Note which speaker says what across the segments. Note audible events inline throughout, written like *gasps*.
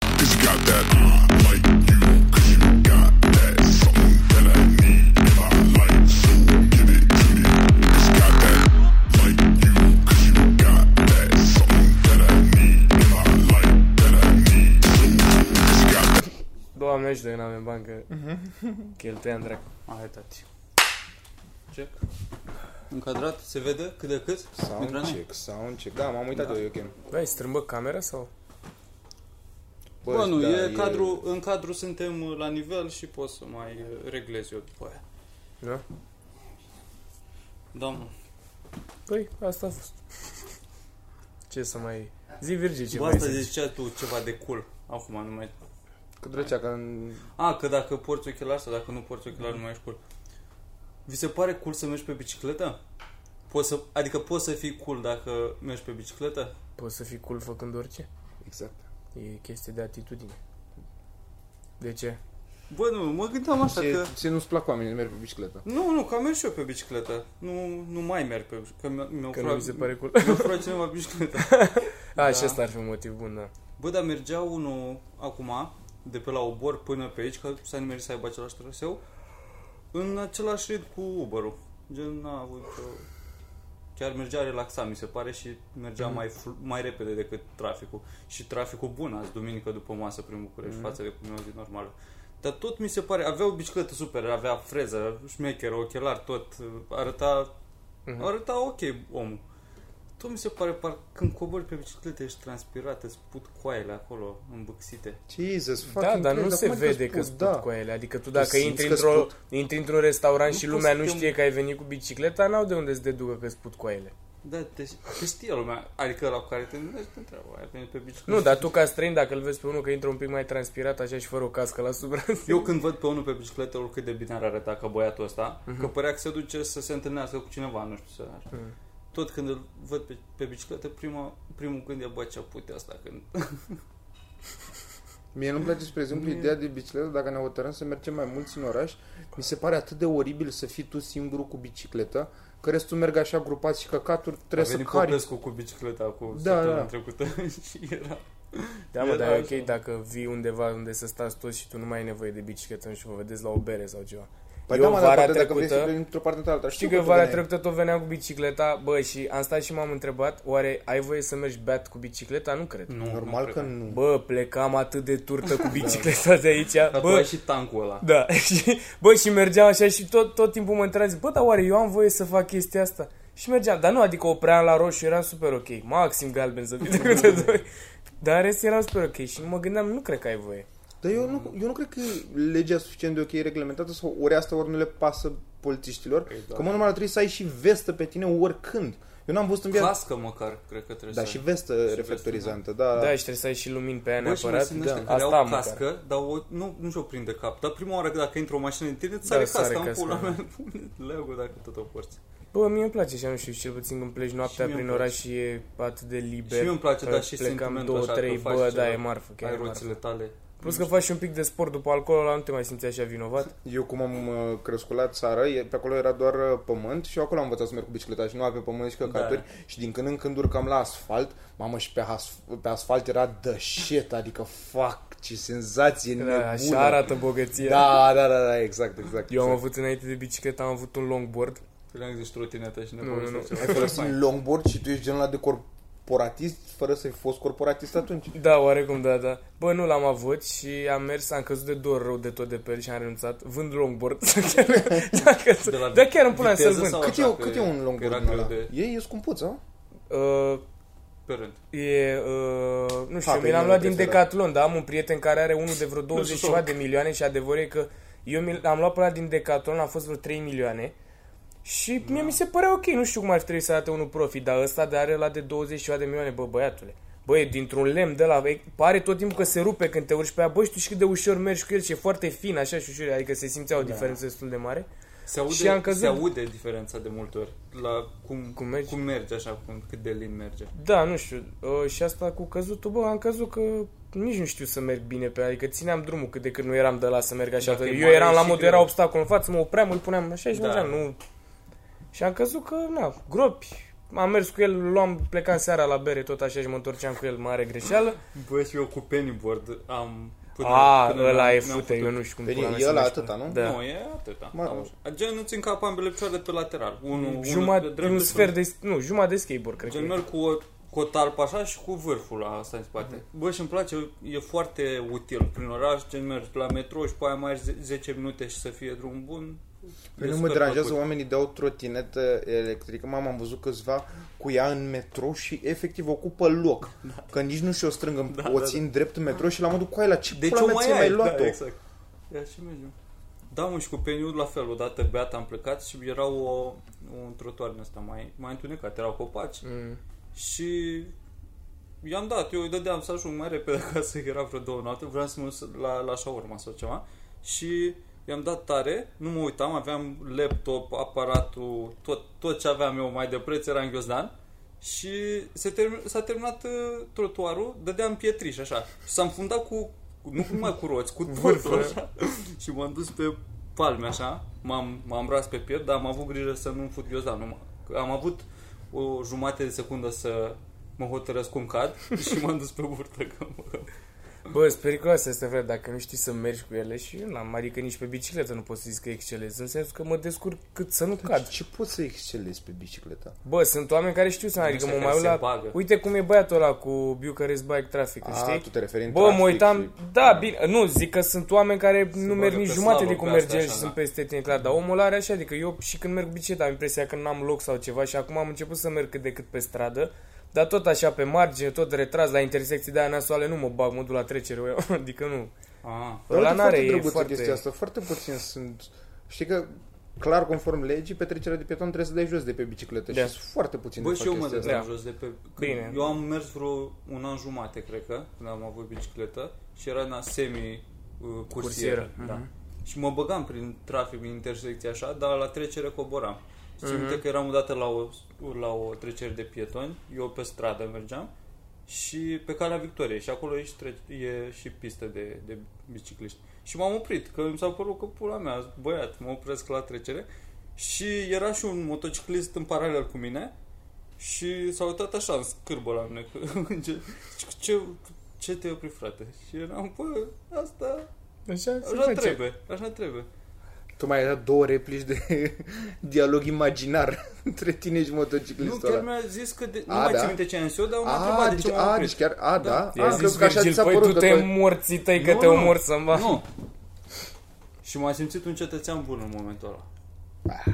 Speaker 1: cause you got that. I like you, cause you got that. Something that I need and I like, so give it to me. Cause you got that. Like you, cause you got that. Something that I need and I like, that I need, so cause you got that.
Speaker 2: Doamne ajută că n-avem bani, că
Speaker 3: Mhm. *laughs*
Speaker 2: cheltuiam dracu.
Speaker 3: Hai, tati.
Speaker 4: Check.
Speaker 3: Încadrat, se vede cât de cât?
Speaker 4: Sound check, sound check. Da, m-am uitat da. eu, e ok.
Speaker 2: Băi, strâmbă camera sau?
Speaker 3: Bă, Bă nu, da, e cadru, în cadru suntem uh, la nivel și pot să mai uh, reglez eu după aia.
Speaker 2: Da?
Speaker 3: Da, mă.
Speaker 2: Păi, asta a fost. Ce să mai... Zi, Virgil, ce
Speaker 3: Bă,
Speaker 2: mai
Speaker 3: asta
Speaker 2: zici?
Speaker 3: zicea tu ceva de cool. Acum nu mai...
Speaker 4: Cu drăcea, că în...
Speaker 3: A, că dacă porți ochelari sau dacă nu porți ochelari nu mai ești cool. Vi se pare cool să mergi pe bicicletă? Poți să, adică poți să fii cool dacă mergi pe bicicletă?
Speaker 2: Poți să fii cool făcând orice?
Speaker 4: Exact.
Speaker 2: E chestie de atitudine. De ce?
Speaker 3: Bă, nu, mă gândeam așa
Speaker 4: Ce,
Speaker 3: că...
Speaker 4: ce nu-ți plac oamenii, merg pe bicicletă.
Speaker 3: Nu, nu, că am mers și eu pe bicicletă. Nu, nu mai merg pe că mi- mi-au
Speaker 2: Că
Speaker 3: furat-
Speaker 2: nu mi se pare cool. *laughs*
Speaker 3: mi-au furat cineva bicicleta.
Speaker 2: A, și asta ar fi un motiv bun, da.
Speaker 3: Bă, dar mergea unul acum, de pe la Obor până pe aici, că s-a nimerit să aibă același traseu, în același rit cu Uber-ul. Gen, n-a avut nicio... Chiar mergea relaxat, mi se pare, și mergea mm. mai, fl- mai repede decât traficul. Și traficul bun azi, duminică după masă prin București, mm. față de cum e o zi normală. Dar tot mi se pare, avea o bicicletă super, avea freză, șmecher, ochelar, tot, arăta, mm. arăta ok omul. Tu mi se pare par când cobori pe bicicletă ești transpirat, îți put coaiele acolo îmbâxite.
Speaker 4: Jesus,
Speaker 2: Da,
Speaker 4: fucking
Speaker 2: dar nu
Speaker 4: Christ,
Speaker 2: se
Speaker 4: cum
Speaker 2: vede
Speaker 4: adică
Speaker 2: că
Speaker 4: spun,
Speaker 2: sput da. cu ele. Adică tu dacă
Speaker 4: simți
Speaker 2: intri
Speaker 4: că
Speaker 2: într-o,
Speaker 4: sput.
Speaker 2: intri într-un restaurant
Speaker 3: Nu
Speaker 2: și
Speaker 3: poți
Speaker 2: lumea
Speaker 3: să
Speaker 2: nu
Speaker 3: te-
Speaker 2: știe că ai venit cu bicicleta, n-au de unde să deducă că sput cu ele.
Speaker 3: Da, te, te știe lumea, adică la care te gândești, te întreabă, ai venit pe bicicletă.
Speaker 2: Nu, dar tu ca străin, dacă îl vezi pe unul că intră un pic mai transpirat așa și fără o cască la sub
Speaker 4: *laughs*
Speaker 2: braț,
Speaker 3: Eu când văd pe unul pe bicicletă, oricât de bine ar arăta ca băiatul ăsta,
Speaker 4: Mhm.
Speaker 3: uh-huh. că părea că se duce să se întâlnească cu cineva, nu știu să așa.
Speaker 2: Mhm.
Speaker 3: Uh-huh. Tot când îl văd pe, pe bicicletă, prima, primul gând e, bă, ce pute asta când...
Speaker 4: Mie nu-mi place, spre exemplu, ideea de bicicletă, dacă ne hotărâm să mergem mai mulți în oraș, mi se pare atât de oribil să fii tu singurul cu bicicletă, că restul merg așa grupați și căcaturi, trebuie
Speaker 3: a
Speaker 4: să
Speaker 3: venit
Speaker 4: cari.
Speaker 3: Popescu cu bicicleta cu
Speaker 4: Da,
Speaker 3: săptămâna
Speaker 4: da.
Speaker 3: trecută *laughs* și era...
Speaker 2: Da, mă,
Speaker 3: Era
Speaker 2: dar e
Speaker 3: așa.
Speaker 2: ok dacă vii undeva unde să stați toți și tu nu mai ai nevoie de bicicletă și vă vedeți la o bere sau ceva.
Speaker 4: Păi
Speaker 2: Eu
Speaker 4: da, mă, dar
Speaker 2: vara
Speaker 4: poate dacă vrei să
Speaker 2: trecută-
Speaker 4: pleci într-o parte într alta,
Speaker 2: Știu
Speaker 4: știu
Speaker 2: că
Speaker 4: tu
Speaker 2: vara
Speaker 4: veneai.
Speaker 2: trecută tot veneam cu bicicleta, bă, și am stat și m-am întrebat, oare ai voie să mergi beat cu bicicleta? Nu cred.
Speaker 3: Nu,
Speaker 4: Normal
Speaker 3: nu
Speaker 4: că
Speaker 3: cred.
Speaker 4: nu.
Speaker 2: Bă, plecam atât de
Speaker 4: *laughs*
Speaker 2: turtă
Speaker 4: Da.
Speaker 2: cu bicicleta de aici.
Speaker 3: Dar tu ai
Speaker 2: Bă,
Speaker 3: și tancul ăla.
Speaker 2: da. *laughs* Și, bă, și mergeam așa și tot, tot timpul mă întream, zic, bă, dar oare eu am voie să fac chestia asta? Și mergeam, dar nu, adică opream la roșu, eram super ok. Maxim galben
Speaker 3: *laughs*
Speaker 2: să fie decât de doi. Dar în rest eram super ok și mă gândeam, nu cred că ai voie.
Speaker 4: Dar eu nu, eu nu cred că e legea suficient de ok reglementată sau ori asta ori nu le pasă polițiștilor.
Speaker 3: Ei, da.
Speaker 4: Că mă normal trebuie să ai și vestă pe tine oricând. Eu n-am văzut în viață.
Speaker 3: Cască măcar, cred că trebuie
Speaker 4: Da,
Speaker 3: să
Speaker 4: și
Speaker 3: ai.
Speaker 4: vestă
Speaker 3: da.
Speaker 4: reflectorizantă, da.
Speaker 2: Da, și trebuie să ai și lumini pe aia
Speaker 3: Bă, și mai
Speaker 2: neapărat. da,
Speaker 3: sunt ăștia care
Speaker 2: Asta
Speaker 3: au
Speaker 2: am măcar.
Speaker 3: cască, dar o, nu, nu și-o prinde cap. Dar prima oară că dacă intră o mașină în tine, ți
Speaker 2: Da,
Speaker 3: sare
Speaker 2: sare
Speaker 3: casca în
Speaker 2: casca,
Speaker 3: pula
Speaker 2: da.
Speaker 3: mea. Leagă dacă tot o porți.
Speaker 2: Bă, mie îmi place și nu știu, cel puțin când pleci
Speaker 3: Și
Speaker 2: noaptea
Speaker 3: mie
Speaker 2: prin
Speaker 3: îmi place.
Speaker 2: oraș și e atât de liber.
Speaker 3: Și mie îmi place,
Speaker 2: că
Speaker 3: dar și
Speaker 2: ă, plecam
Speaker 3: sentimentul
Speaker 2: două,
Speaker 3: așa că
Speaker 2: trei,
Speaker 3: faci
Speaker 2: bă,
Speaker 3: ceva,
Speaker 2: da, e marfă, chiar
Speaker 3: Ai
Speaker 2: e marfă.
Speaker 3: roțile tale.
Speaker 2: Plus că faci și un pic de sport după alcool ăla, nu te mai simți așa vinovat.
Speaker 4: Eu cum am uh, crescut la țară, e- pe acolo era doar uh, pământ și eu acolo am învățat să merg cu bicicleta și nu avea pământ și căcaturi
Speaker 3: Da.
Speaker 4: și din când în când urcam la asfalt, mamă și pe, asf- pe asfalt era dășet, adică fac ce senzație
Speaker 2: Da,
Speaker 4: nebună.
Speaker 2: așa arată bogăția.
Speaker 4: da, da, da, da, exact, exact.
Speaker 2: Eu am
Speaker 4: exact.
Speaker 2: avut înainte de bicicletă, am avut un longboard.
Speaker 3: Credeam că zici trotineta și ne
Speaker 2: Nu, nu, nu.
Speaker 3: povestești
Speaker 4: Ai
Speaker 3: ceva.
Speaker 4: folosit un longboard și tu ești genul ăla de corporatist fără să fi fost corporatist atunci.
Speaker 2: Da, oarecum, da, da. Bă, nu l-am avut și am mers, am căzut de dor rău de tot de pe el și am renunțat. Vând longboard. *laughs* chiar, da, că,
Speaker 3: De la
Speaker 2: da, chiar îmi pula să-l
Speaker 3: viteză
Speaker 2: vând.
Speaker 3: sau-
Speaker 4: Cât
Speaker 3: așa,
Speaker 4: e,
Speaker 3: că-
Speaker 4: cât e un
Speaker 3: că era
Speaker 4: longboard
Speaker 3: greu
Speaker 4: ăla?
Speaker 3: de-
Speaker 4: Ei e scumpuț, a?
Speaker 2: Uh,
Speaker 3: Pe rând.
Speaker 2: E, uh, nu știu,
Speaker 4: Ha,
Speaker 2: mi
Speaker 4: pe
Speaker 2: l-am
Speaker 4: mine
Speaker 2: luat
Speaker 4: nu
Speaker 2: din
Speaker 4: cred că
Speaker 2: Decathlon, dar am un prieten care are unul de vreo 20
Speaker 3: șoc.
Speaker 2: ceva de milioane și adevărul e că eu mi l-am luat pe ăla din Decathlon, a fost vreo 3 milioane și mie mi se părea ok, nu știu cum ar fi trebuit să arate unul profit, dar ăsta de are la de 20 ceva de milioane, bă, băiatule. Bă, e dintr-un lemn de la, pare tot timpul că se rupe când te urci pe ea, bă, știi și cât de ușor mergi cu el și e foarte fin, așa și ușor, adică se simțea o diferență destul de mare.
Speaker 3: Se aude,
Speaker 2: Și am căzut.
Speaker 3: se aude diferența de multe ori la cum,
Speaker 2: Cum mergi?
Speaker 3: cum merge așa, cum, cât de lin merge.
Speaker 2: Da, nu știu. Uh, și asta cu căzutul, bă, am căzut că nici nu știu să merg bine pe Adică țineam drumul cât de cât nu eram de la să merg așa. adică
Speaker 3: Dacă e
Speaker 2: eu
Speaker 3: mare,
Speaker 2: eram
Speaker 3: e
Speaker 2: la
Speaker 3: și
Speaker 2: modul,
Speaker 3: greu.
Speaker 2: era obstacol în față, mă opream, îl puneam așa și
Speaker 3: Da.
Speaker 2: da. mergeam. Nu... Și am căzut că, na, gropi, am mers cu el, luam, plecam seara la bere tot așa și mă întorceam cu el, mare greșeală.
Speaker 3: Bă, și eu cu pennyboard am...
Speaker 2: A, ăla
Speaker 3: ne-am-
Speaker 2: e
Speaker 3: ne-am
Speaker 2: fute, eu nu știu cum
Speaker 4: Păi
Speaker 2: pula mea
Speaker 4: e
Speaker 2: se
Speaker 4: ăla
Speaker 2: numește.
Speaker 4: atâta, nu?
Speaker 2: Da.
Speaker 3: Nu, e atâta.
Speaker 4: Mă,
Speaker 3: Cam așa. Gen îți încap ambele picioare pe lateral. Unul,
Speaker 2: Jumătate,
Speaker 3: unul
Speaker 2: un, un sfert de, nu, jumătate de skateboard, cred că
Speaker 3: Gen
Speaker 2: e.
Speaker 3: merg cu o, cu o tarpă așa și cu vârful la asta în spate. Bă, și îmi place, e foarte util prin oraș, gen mergi la metro și pe aia mai ai ze- 10 minute și să fie drum bun.
Speaker 4: Pe
Speaker 3: E
Speaker 4: Păi nu mă
Speaker 3: super
Speaker 4: deranjează
Speaker 3: plăcut.
Speaker 4: oamenii dau trotinetă electrică. Mama, am văzut câțiva cu ea în metro și efectiv ocupă loc.
Speaker 2: Da.
Speaker 4: Că nici nu și-o strâng, îmi- o țin drept în metro și la modul cu aia la ce
Speaker 3: Deci
Speaker 4: pula
Speaker 3: o
Speaker 4: mea
Speaker 3: mai
Speaker 4: ți-ai
Speaker 3: ai,
Speaker 4: mai luat-o?
Speaker 3: da, exact. Ia și mergem. Da, mă, și cu peniul la fel, odată beat am plecat și era o, un trotuar din ăsta mai, mai întunecat, erau copaci.
Speaker 2: Mm.
Speaker 3: Și i-am dat, eu îi dădeam să ajung mai repede *laughs* acasă, că era vreo două noapte, vreau să mă duc la, la shawarma sau ceva. Și i-am dat tare, nu mă uitam, aveam laptop, aparatul, tot, tot ce aveam eu mai de preț era în ghiozdan. Și se termin, s-a terminat uh, trotuarul, dădeam pietriș așa. Și s-a înfundat cu, cu- nu numai cu roți, cu
Speaker 2: Vârful.
Speaker 3: totul așa. și m-am dus pe palme așa, m-am, m-am ras pe piept, dar am avut grijă să nu-mi fut ghiozdanul. mă. Că Am avut o jumătate de secundă să mă hotărăsc cum cad *laughs* și m-am dus pe burtă că mă...
Speaker 2: Bă, sunt periculoase astea, frate, dacă nu știi să mergi cu ele și eu n-am, adică nici pe bicicletă nu poți să zic că excelez, în sensul că mă descurc cât să nu
Speaker 3: Deci-
Speaker 2: cad.
Speaker 4: Ce poți să excelezi pe bicicleta?
Speaker 2: Bă, sunt oameni care știu să adică
Speaker 3: Ăștia
Speaker 2: mă
Speaker 3: care
Speaker 2: mai uit
Speaker 3: se
Speaker 2: la...
Speaker 3: bagă. Ah,
Speaker 2: Uite cum e băiatul ăla cu Bucharest Bike Traffic,
Speaker 4: A,
Speaker 2: știi?
Speaker 4: tu te referi în
Speaker 2: Bă,
Speaker 4: trafic
Speaker 2: mă uitam,
Speaker 4: și-
Speaker 2: da, bine, nu, zic că sunt oameni care nu
Speaker 3: bagă
Speaker 2: merg
Speaker 3: pe
Speaker 2: nici jumate
Speaker 3: slalom
Speaker 2: de cum
Speaker 3: pe astea,
Speaker 2: merge el și
Speaker 3: așa,
Speaker 2: sunt
Speaker 3: da.
Speaker 2: peste tine, clar, dar omul are așa, adică eu și când merg cu bicicleta am impresia că n-am loc sau ceva și acum am început să merg cât de cât pe stradă, dar tot așa pe margine, tot retras, la intersecții de aia nasoale nu mă bag, mă duc la trecere, *laughs* eu, adică nu.
Speaker 3: A,
Speaker 4: Dar uite,
Speaker 2: Ăla n-are,
Speaker 4: foarte
Speaker 2: e
Speaker 4: drăguță
Speaker 2: foarte-
Speaker 4: chestia asta. Foarte puțin sunt... Știi că clar, conform legii, petrecerea de pieton trebuie să dai jos de pe bicicletă
Speaker 2: Da.
Speaker 4: și sunt foarte puțin
Speaker 3: Bă,
Speaker 4: de
Speaker 3: și eu mă
Speaker 4: asta.
Speaker 3: dădeam
Speaker 2: Da.
Speaker 3: jos de pe...
Speaker 2: Bine.
Speaker 3: Bine. Eu am mers vreo un an jumate, cred că, când am avut bicicletă și era în semi-cursieră.
Speaker 2: Cursieră,
Speaker 3: Da.
Speaker 4: Mhm.
Speaker 3: Și mă băgam prin trafic, în intersecție așa, dar la trecere coboram. Simt că eram odată la o, la o trecere de pietoni, eu pe stradă mergeam și pe calea Victoriei și acolo e și, tre- e și pistă de, de bicicliști. Și m-am oprit, că mi s-a părut că pula mea, băiat, mă opresc la trecere și era și un motociclist în paralel cu mine și s-a uitat așa în scârbă la mine *laughs* că, ce, ce, ce te opri frate? Și eram, bă, asta,
Speaker 2: Așa,
Speaker 3: așa trebuie, așa trebuie.
Speaker 4: Tu mai ai dat două replici de *laughs* dialog imaginar *laughs* între tine și
Speaker 3: Nu,
Speaker 4: motociclistul
Speaker 3: chiar
Speaker 4: ăla.
Speaker 3: mi-a zis că de, nu
Speaker 4: A,
Speaker 3: mai
Speaker 4: da?
Speaker 3: țin minte ce am zis eu, dar m-a
Speaker 4: A,
Speaker 3: întrebat de
Speaker 4: deci,
Speaker 3: ce m-am
Speaker 4: a,
Speaker 3: oprit.
Speaker 4: deci chiar, a,
Speaker 3: Da.
Speaker 4: da,
Speaker 2: I-a
Speaker 4: a,
Speaker 2: zis
Speaker 4: că așa ți
Speaker 2: Virgil,
Speaker 4: s-a
Speaker 2: păi
Speaker 4: părut
Speaker 2: tu
Speaker 4: că
Speaker 2: te
Speaker 4: tu-
Speaker 2: morții tăi că
Speaker 3: Nu,
Speaker 2: te
Speaker 3: nu.
Speaker 2: omor să
Speaker 3: Nu. Și m-a simțit un cetățean bun în momentul ăla.
Speaker 4: Da,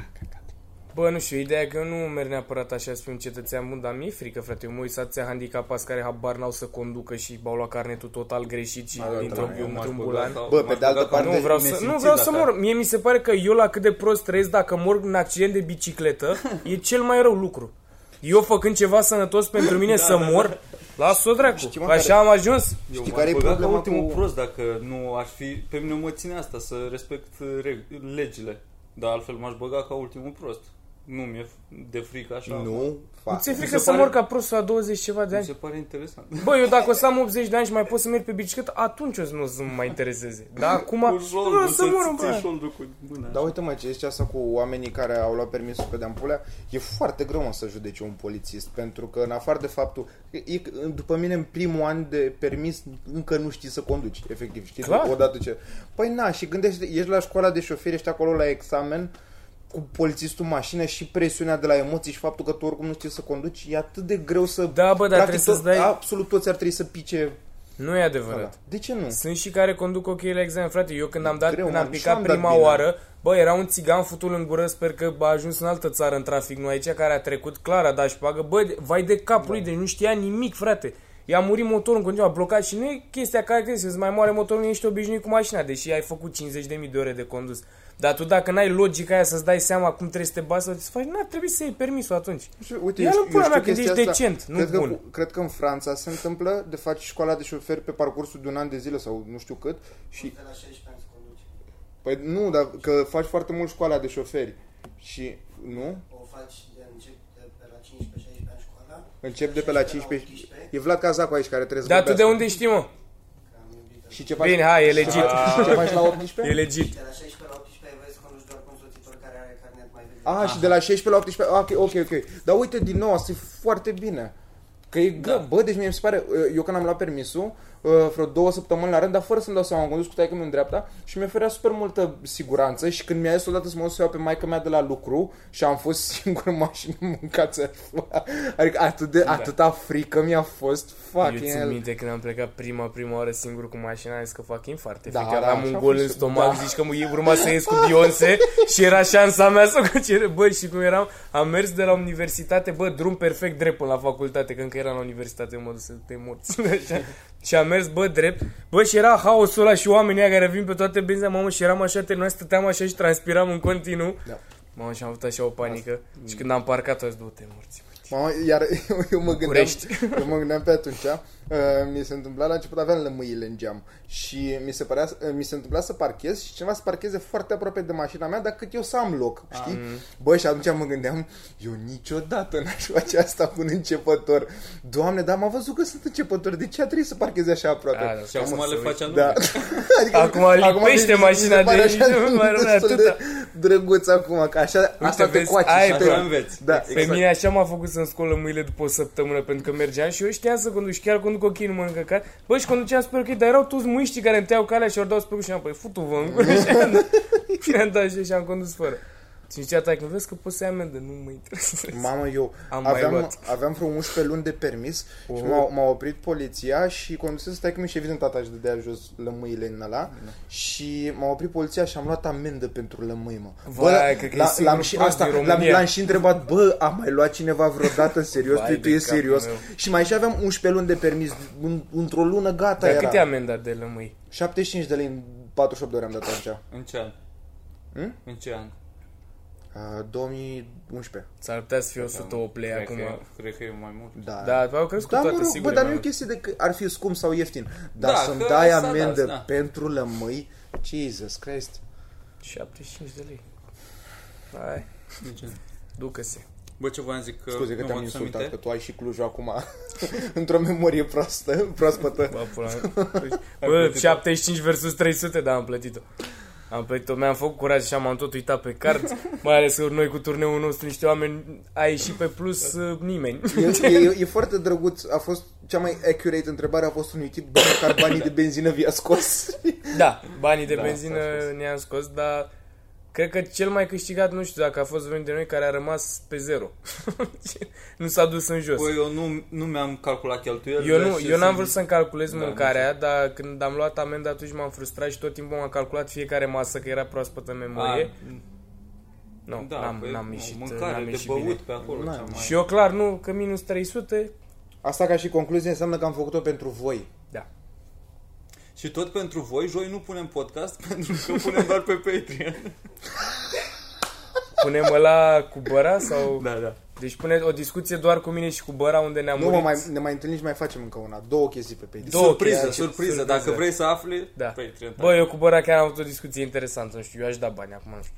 Speaker 2: Bă, nu știu, ideea e că eu nu merg neapărat așa să fiu un cetățean bun, dar mi-e frică, frate. Eu mă uit să ația handicapați care habar n-au să conducă și au luat carnetul total greșit și
Speaker 4: Mă, da,
Speaker 2: dintr-o
Speaker 4: da, eu
Speaker 3: M-aș
Speaker 2: într-un
Speaker 3: băga
Speaker 2: bulan.
Speaker 3: sau-
Speaker 4: Bă,
Speaker 3: m-aș
Speaker 4: pe de
Speaker 3: băga
Speaker 4: altă
Speaker 3: ca
Speaker 4: parte-
Speaker 2: Nu vreau să,
Speaker 3: nesimțit
Speaker 2: nu vreau
Speaker 3: dacă
Speaker 2: să
Speaker 3: ar-
Speaker 2: mor. Mie mi se pare că eu la cât de prost trăiesc, dacă mor în accident de bicicletă, e cel mai rău lucru. Eu făcând ceva sănătos pentru
Speaker 4: *laughs* Da,
Speaker 2: mine să mor, las-o dracu.
Speaker 4: mă,
Speaker 2: Așa
Speaker 4: care-
Speaker 2: am ajuns.
Speaker 3: Eu
Speaker 4: Știi
Speaker 3: m-aș
Speaker 4: care e
Speaker 3: băga ca
Speaker 4: problema
Speaker 3: ultimul
Speaker 4: cu-
Speaker 3: prost dacă nu ar fi... Pe mine mă ține asta, să respect uh, reg- legile. Dar altfel m-aș băga ca ultimul prost. Nu mi-e f- de frică așa.
Speaker 4: Nu,
Speaker 2: Nu
Speaker 4: fac.
Speaker 2: ți-e frică
Speaker 3: se
Speaker 2: să
Speaker 3: pare-
Speaker 2: mor ca prost la 20 ceva de
Speaker 3: Mi
Speaker 2: ani?
Speaker 3: se pare interesant.
Speaker 2: Bă, eu dacă o să am 80 de ani și mai pot să merg pe bicicletă, atunci o să nu o să mă mai intereseze. Dar acum
Speaker 3: Cu șoldul,
Speaker 2: vreau să
Speaker 3: să-ți
Speaker 2: mor în
Speaker 3: ții
Speaker 2: plan.
Speaker 3: șoldul cu mâna.
Speaker 4: Dar uite mă, ce este asta cu oamenii care au luat permisul pe de ampulea, e foarte greu mă, să judece un polițist, pentru că în afară de faptul, e, după mine în primul an de permis încă nu știi să conduci, efectiv, știi,
Speaker 2: Clar.
Speaker 4: odată ce... Păi na, și gândește, ești la școala de șoferi, ești acolo la examen, cu polițistul în mașină și presiunea de la emoții și faptul că tu oricum nu știi să conduci, e atât de greu să...
Speaker 2: Da, bă, dar
Speaker 4: practic,
Speaker 2: trebuie să-ți
Speaker 4: tot-
Speaker 2: dai-
Speaker 4: Absolut toți ar trebui să pice...
Speaker 2: Nu e
Speaker 4: Da.
Speaker 2: adevărat.
Speaker 4: De ce nu?
Speaker 2: Sunt și care conduc ok la examen, frate. Eu când am dat,
Speaker 4: greu,
Speaker 2: când am
Speaker 4: mă,
Speaker 2: picat
Speaker 4: și-am dat
Speaker 2: prima
Speaker 4: bine.
Speaker 2: oară, bă, era un țigan futul în gură, sper că a ajuns în altă țară în trafic, nu aici, care a trecut, clar, a dat și pagă. Bă, de- vai de capul
Speaker 4: Da.
Speaker 2: lui, deci nu știa nimic, frate. I-a murit motorul în continuu, a blocat și nu e chestia care crezi, îți mai moare motorul, ești obișnuit cu mașina, deși ai făcut 50.000 de ore de condus. Dar tu dacă n-ai logica aia să-ți dai seama cum trebuie să te bați sau ce să faci, n-ar trebui să iei permisul atunci.
Speaker 4: Și Păi, uite,
Speaker 2: Ia-l
Speaker 4: eu,
Speaker 2: în
Speaker 4: știu-
Speaker 2: pula
Speaker 4: eu știu
Speaker 2: mea, că
Speaker 4: chestia
Speaker 2: ești
Speaker 4: asta.
Speaker 2: decent, nu
Speaker 4: cred
Speaker 2: bun.
Speaker 4: Că, cred că în Franța se întâmplă de faci școala de șofer pe parcursul de un an de zile sau nu știu cât și
Speaker 5: De la 16 ani să conduci.
Speaker 4: păi nu, dar că faci foarte mult școala de șoferi și nu,
Speaker 5: O faci de încep de pe la 15-16 ani școala.
Speaker 4: încep de pe la 15. E Vlad Cazacu aici care trebuie să
Speaker 2: Dar tu de
Speaker 4: vorbească.
Speaker 2: unde știi, mă?
Speaker 5: Că am iubit
Speaker 4: Și ce faci?
Speaker 2: Bine, hai, e
Speaker 4: și *laughs*
Speaker 2: legit.
Speaker 4: ce faci la
Speaker 2: E
Speaker 4: 18?
Speaker 2: legit.
Speaker 5: De la 16 la 18 ai voie să conduci doar cu un soțitor care are carnet mai vechi
Speaker 4: Ah, și de la 16 la 18, ah, ok, ok, ok. Dar uite, din nou, asta e foarte bine. Că e greu, da. bă, deci mie mi se pare, eu când am luat permisul, uh, vreo două săptămâni la rând, dar fără să-mi dau seama, am condus cu taică în dreapta și mi-a oferea super multă siguranță și când mi-a ieșit odată să mă duc să iau pe maica mea de la lucru și am fost *laughs* singur în mașină mâncață. Adică atât de, atâta frică mi-a fost,
Speaker 2: Da. Eu
Speaker 4: fucking
Speaker 2: țin
Speaker 4: hell.
Speaker 2: minte când am plecat prima, prima oară singur cu mașina, am zis că fac infarte.
Speaker 4: Da,
Speaker 2: Da,
Speaker 4: da,
Speaker 2: da, aveam
Speaker 4: așa
Speaker 2: un
Speaker 4: a
Speaker 2: gol
Speaker 4: fost
Speaker 2: în
Speaker 4: și-
Speaker 2: stomac,
Speaker 4: da.
Speaker 2: zici că mu- eu urma să ies cu Beyoncé și era șansa mea să cucere. Bă, și cum eram, am mers de la universitate, bă, drum perfect drept până la facultate, că încă eram la universitate, mă duc să te morți. *laughs* Așa. și am mers, bă, drept. Bă, și era haosul ăla și oamenii ăia care vin pe toate benzinile, mamă, și eram așa, terminat, stăteam așa și transpiram în continuu.
Speaker 4: Da.
Speaker 2: Mamă, și am avut așa o panică. Și când am parcat, am zis, du-te, morți. bă.
Speaker 4: Mamă, iar *laughs* eu, eu mă gândeam,
Speaker 2: București.
Speaker 4: eu mă gândeam pe atunci, uh, mi se întâmpla la început, aveam lămâile în geam și mi se, părea, uh, mi se întâmpla să parchez și cineva să parcheze foarte aproape de mașina mea, dar cât eu să am loc,
Speaker 2: Ah,
Speaker 4: știi?
Speaker 2: mm.
Speaker 4: Bă, și atunci mă gândeam, eu niciodată n-aș face asta cu un începător. Doamne, dar m-a văzut că sunt începător, de ce a trebuit să parcheze așa aproape?
Speaker 2: A, da,
Speaker 3: Și acum
Speaker 2: să
Speaker 3: le
Speaker 2: uit.
Speaker 3: facem
Speaker 4: Da. *laughs*
Speaker 3: da.
Speaker 4: adică,
Speaker 2: Acum lipește
Speaker 4: mi se- mi se
Speaker 2: mașina de
Speaker 4: pare
Speaker 2: aici,
Speaker 4: așa
Speaker 2: nu *laughs* mai rămâne
Speaker 4: destul de
Speaker 2: atâta.
Speaker 4: drăguț acum, că așa, asta te
Speaker 2: vezi,
Speaker 4: coace.
Speaker 2: ai,
Speaker 4: și
Speaker 2: bă.
Speaker 4: te-
Speaker 3: Așa înveți.
Speaker 4: Da,
Speaker 2: Pe Păi mine așa m-a făcut să-mi scolă mâinile după o săptămână Pentru că mergeam și eu știam să conduc Și chiar conduc ok, nu mănâncă car Bă, și conduceam super ok Dar erau toți muiștii care îmi tăiau calea și ori dau spre Și am, păi, futu vă în gură Și am dat- *laughs* și am dat și, și am condus fără Și zicea ta, când vezi că poți să ai amendă Nu mă interesează
Speaker 4: Mamă, eu
Speaker 2: Am mai
Speaker 4: aveam,
Speaker 2: luat.
Speaker 4: aveam vreo 11 luni de permis oh. și m-a, m-a oprit poliția și condusese stai că și evident tata își dădea jos lămâile în ăla
Speaker 2: Da.
Speaker 4: și m-a oprit poliția și am luat amendă pentru lămâi, mă.
Speaker 2: Vai, cred că e
Speaker 4: la-
Speaker 2: singurul
Speaker 4: l-am și,
Speaker 2: prost
Speaker 4: asta,
Speaker 2: din
Speaker 4: l-am,
Speaker 2: România.
Speaker 4: l-am și întrebat, bă, a mai luat cineva
Speaker 2: *laughs*
Speaker 4: vreodată în serios?
Speaker 2: Vai
Speaker 4: tu, tu
Speaker 2: de
Speaker 4: e
Speaker 2: capul
Speaker 4: serios?
Speaker 2: meu.
Speaker 4: Și mai și aveam 11 luni de permis, în, într-o lună gata
Speaker 2: *laughs* Dar
Speaker 4: era.
Speaker 2: cât e amenda de lămâi?
Speaker 4: 75 de lei în 48 de ore am dat atunci.
Speaker 3: În ce an?
Speaker 2: Hm?
Speaker 4: Hmm?
Speaker 3: În ce an?
Speaker 4: Uh, 2011.
Speaker 2: S-ar putea să fie 108 lei
Speaker 3: Cred că
Speaker 2: acum
Speaker 3: e- Cred că e mai mult.
Speaker 4: Da.
Speaker 2: Da, au crescut
Speaker 4: Da,
Speaker 2: toate,
Speaker 4: mă rog,
Speaker 2: sigur
Speaker 4: bă,
Speaker 2: e
Speaker 4: dar
Speaker 2: mai
Speaker 4: nu e o
Speaker 2: mult.
Speaker 4: chestie de că ar fi scump sau ieftin. Dar
Speaker 3: Da,
Speaker 4: să-mi
Speaker 3: că
Speaker 4: dai
Speaker 3: asta, da,
Speaker 4: amendă
Speaker 3: da.
Speaker 4: pentru lămâi, Jesus Christ.
Speaker 2: 75 de lei Hai,
Speaker 3: Nici an.
Speaker 2: ducă-se
Speaker 3: Bă, ce voiam zic că...
Speaker 4: Scuze că
Speaker 3: nu
Speaker 4: te-am
Speaker 3: mă aduc
Speaker 4: insultat,
Speaker 3: aminte.
Speaker 4: că tu ai și Clujul acum *laughs* într-o memorie proastă,
Speaker 3: *laughs*
Speaker 4: proaspătă.
Speaker 2: Bă, pula mea. Bă, 75 versus 300, da, am plătit-o. Am plătit-o, mi-am făcut curaj și am tot uitat pe
Speaker 3: *laughs*
Speaker 2: card, mai ales că noi cu turneul nostru niște oameni ai ieșit pe plus
Speaker 3: Da.
Speaker 2: uh, nimeni. *laughs*
Speaker 4: E, e, e, foarte drăguț, a fost cea mai accurate întrebare, a fost un uitit, bă, măcar
Speaker 3: *laughs*
Speaker 4: banii de benzină vi-a scos.
Speaker 2: Da, banii de
Speaker 3: Da,
Speaker 2: benzină
Speaker 3: s-a scos.
Speaker 2: ne-am scos, dar cred că cel mai câștigat, nu știu dacă a fost unul dintre noi care a rămas pe zero. *laughs* nu s-a dus în jos.
Speaker 3: Păi eu nu, nu mi-am calculat cheltuielile
Speaker 2: Eu nu,
Speaker 3: și
Speaker 2: eu n-am
Speaker 3: sunt-
Speaker 2: vrut să-mi calculez
Speaker 3: Da,
Speaker 2: da, mâncarea, dar când am luat amendă atunci m-am frustrat și tot timpul m-am calculat fiecare masă că era proaspătă în memorie.
Speaker 3: A,
Speaker 2: Nu,
Speaker 3: da,
Speaker 2: n-am,
Speaker 3: păi,
Speaker 2: n-am
Speaker 3: nu,
Speaker 2: ieșit,
Speaker 3: Mâncare
Speaker 2: n-am
Speaker 3: de
Speaker 2: ieșit
Speaker 3: băut
Speaker 2: bine.
Speaker 3: pe acolo.
Speaker 4: N-am.
Speaker 3: cea mai-
Speaker 2: Și eu clar nu, că minus 300,
Speaker 4: Asta ca și concluzie înseamnă că am făcut-o pentru voi.
Speaker 2: da.
Speaker 3: Și tot pentru voi, joi nu punem podcast *laughs* pentru că punem doar pe Patreon.
Speaker 2: Punem la cu băra sau... *laughs* Da.
Speaker 3: da.
Speaker 2: Deci pune o discuție doar cu mine și cu băra unde ne-am
Speaker 4: Nu, mă,
Speaker 2: murit.
Speaker 4: mai, ne mai întâlnim și mai facem încă una. Două chestii pe Patreon.
Speaker 2: Două
Speaker 3: Surpriză,
Speaker 2: chestii.
Speaker 3: surpriză. Dacă vrei să afli,
Speaker 2: Da.
Speaker 3: Patreon.
Speaker 2: Bă, eu cu băra chiar am avut o discuție interesantă, nu știu, eu aș da bani acum, nu știu.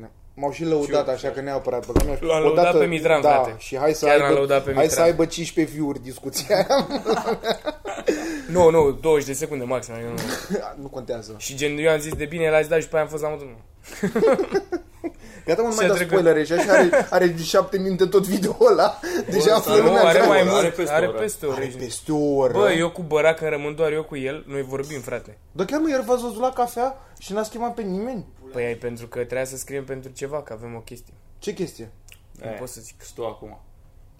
Speaker 4: Da. M-au și lăudat, așa că neapărat. Bă, nu știu.
Speaker 2: L-am lăudat
Speaker 4: Odată-
Speaker 2: pe Mitran,
Speaker 4: da,
Speaker 2: frate.
Speaker 4: și hai să,
Speaker 2: Chiar l-am
Speaker 4: aibă,
Speaker 2: lăudat pe
Speaker 4: hai
Speaker 2: Mitran.
Speaker 4: să aibă 15 view-uri discuția *laughs* aia.
Speaker 2: Nu, nu, 20 de secunde maxim. adică Nu.
Speaker 4: nu contează.
Speaker 2: Și gen, eu am zis de bine, l-ați dat și pe aia am fost la modul... nu.
Speaker 4: Gata, mă, nu mai
Speaker 2: a
Speaker 4: dat
Speaker 2: trecut.
Speaker 4: spoilere și așa are, are șapte minute tot video ăla. Deja află
Speaker 2: Nu,
Speaker 3: Nu,
Speaker 4: Deci lumea
Speaker 2: are
Speaker 4: care-
Speaker 2: mai
Speaker 3: are
Speaker 2: mult,
Speaker 3: peste
Speaker 2: are
Speaker 3: o oră.
Speaker 2: peste o oră.
Speaker 4: Are peste o oră.
Speaker 2: Bă, eu cu băra, când rămân doar eu cu el, noi vorbim, frate.
Speaker 4: Dar chiar mă, ieri v-ați văzut la cafea și n-ați chemat pe nimeni?
Speaker 2: Păi ai pentru că trebuia să scriem pentru ceva, că avem o chestie.
Speaker 4: Ce chestie?
Speaker 2: Nu pot să zic.
Speaker 3: Și tu acum.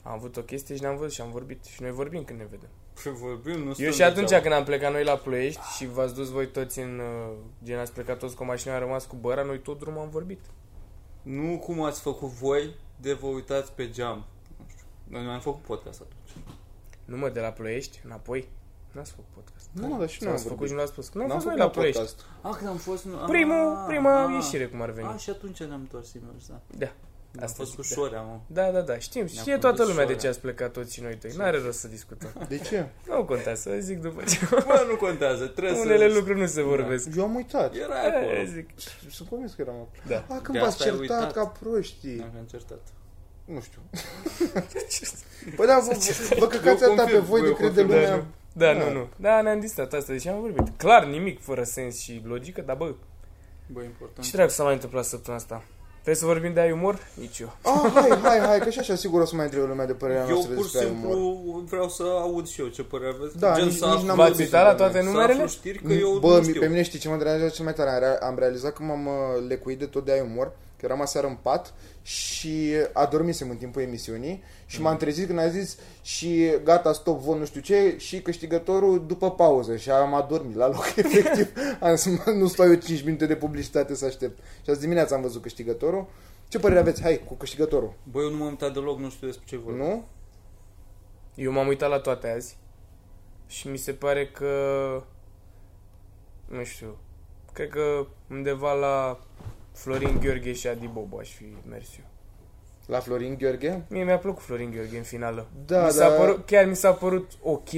Speaker 2: Am avut o chestie și ne-am văzut și am vorbit. Și noi vorbim când ne vedem.
Speaker 3: Păi vorbim, nu
Speaker 2: Eu
Speaker 3: stăm
Speaker 2: și atunci
Speaker 3: degeaba.
Speaker 2: când am plecat noi la Ploiești și v-ați dus voi toți în... uh, Gen, ați plecat toți cu o mașină, a rămas cu băra, noi tot drumul am vorbit.
Speaker 3: Nu cum ați făcut voi de vă uitați pe geam. Nu știu. Noi nu am făcut podcast atunci.
Speaker 2: Nu mă, de la Ploiești, înapoi. N-ați făcut podcast.
Speaker 4: Nu, mă, dar și
Speaker 2: Nu
Speaker 4: nu am
Speaker 2: ați făcut
Speaker 4: vorbit.
Speaker 2: și nu l-ați spus. Nu am
Speaker 4: N-am
Speaker 2: fost noi
Speaker 4: făcut
Speaker 2: la
Speaker 4: la
Speaker 2: Ploiești.
Speaker 4: podcast. Ah,
Speaker 3: A, când Ah, am fost... Nu...
Speaker 2: Primul, prima ieșire, cum ar veni.
Speaker 3: A, și atunci ne-am întors invers, da.
Speaker 2: Da.
Speaker 3: Am
Speaker 2: Asta
Speaker 3: fost cu
Speaker 2: zic, da.
Speaker 3: șorea,
Speaker 2: *laughs*
Speaker 3: mă.
Speaker 2: Da, da, da, știm.
Speaker 3: Ne-am
Speaker 2: Știe toată
Speaker 3: condus
Speaker 2: lumea de
Speaker 3: sora.
Speaker 2: ce ați plecat toți și noi doi. N-are rost să
Speaker 4: *laughs*
Speaker 2: discutăm.
Speaker 4: De ce?
Speaker 2: Nu contează, să zic după
Speaker 4: *laughs*
Speaker 2: ce. *laughs*
Speaker 3: Bă, nu contează, trebuie
Speaker 2: Unele
Speaker 3: să...
Speaker 2: lucruri nu se vorbesc.
Speaker 4: Eu am uitat.
Speaker 3: Era acolo.
Speaker 2: Aia zic.
Speaker 4: Sunt convins că eram acolo.
Speaker 2: Da.
Speaker 4: A, când
Speaker 3: De
Speaker 4: v-ați
Speaker 3: asta ai
Speaker 4: certat
Speaker 3: uitat.
Speaker 4: ca proștii.
Speaker 3: Am încercat.
Speaker 4: Nu știu. *laughs* Păi da, vă, vă, vă căcați
Speaker 3: Eu
Speaker 4: atâta pe
Speaker 3: confirm,
Speaker 4: voi
Speaker 3: eu
Speaker 4: de crede
Speaker 3: confirm, da,
Speaker 4: lumea. Da.
Speaker 2: Da, nu, nu. Da, ne-am distrat asta, deci am vorbit. Clar, nimic fără sens și logică, dar bă,
Speaker 3: Bă, important.
Speaker 2: ce dracu s-a mai întâmplat săptămâna asta? Trebuie să vorbim de ai umor? Nici eu.
Speaker 4: Ah, hai, hai, hai, că și așa sigur o să mai întrebe lumea de părerea
Speaker 3: Eu
Speaker 4: noastră
Speaker 3: pur și
Speaker 4: despre
Speaker 3: simplu
Speaker 4: umor.
Speaker 3: vreau să aud și eu ce părere aveți.
Speaker 4: Da,
Speaker 3: Gen
Speaker 4: nici-
Speaker 3: să
Speaker 4: nici
Speaker 3: aflu-
Speaker 4: n-am
Speaker 2: V-ați
Speaker 4: vorbit
Speaker 2: uitat la toate
Speaker 3: să
Speaker 2: numerele?
Speaker 3: aflu știri că eu
Speaker 4: Bă,
Speaker 3: nu
Speaker 4: mi-
Speaker 3: știu.
Speaker 4: pe mine știi ce mă deranjează cel mai tare? Am rea- Am realizat că m-am uh, lecuit de tot de ai umor, că eram aseară în pat și adormisem în timpul emisiunii și
Speaker 3: Mm.
Speaker 4: m-am trezit când a zis și gata, stop, vă nu știu ce și câștigătorul după pauză și am adormit la loc, *laughs* efectiv. am zis, "Mă, nu stau eu 5 minute de publicitate să aștept. Și azi dimineața am văzut câștigătorul. Ce părere aveți? Hai, cu câștigătorul.
Speaker 3: Bă, eu nu m-am uitat deloc, nu știu despre ce vorbim.
Speaker 4: Nu?
Speaker 2: Eu m-am uitat la toate azi și mi se pare că, nu știu, cred că undeva la Florin Gheorghe și Adi Bobo aș fi mers eu.
Speaker 4: La Florin Gheorghe?
Speaker 2: Mie mi-a plăcut Florin Gheorghe în finală.
Speaker 4: Da,
Speaker 2: mi s-a
Speaker 4: da.
Speaker 2: Părut, chiar mi s-a părut ok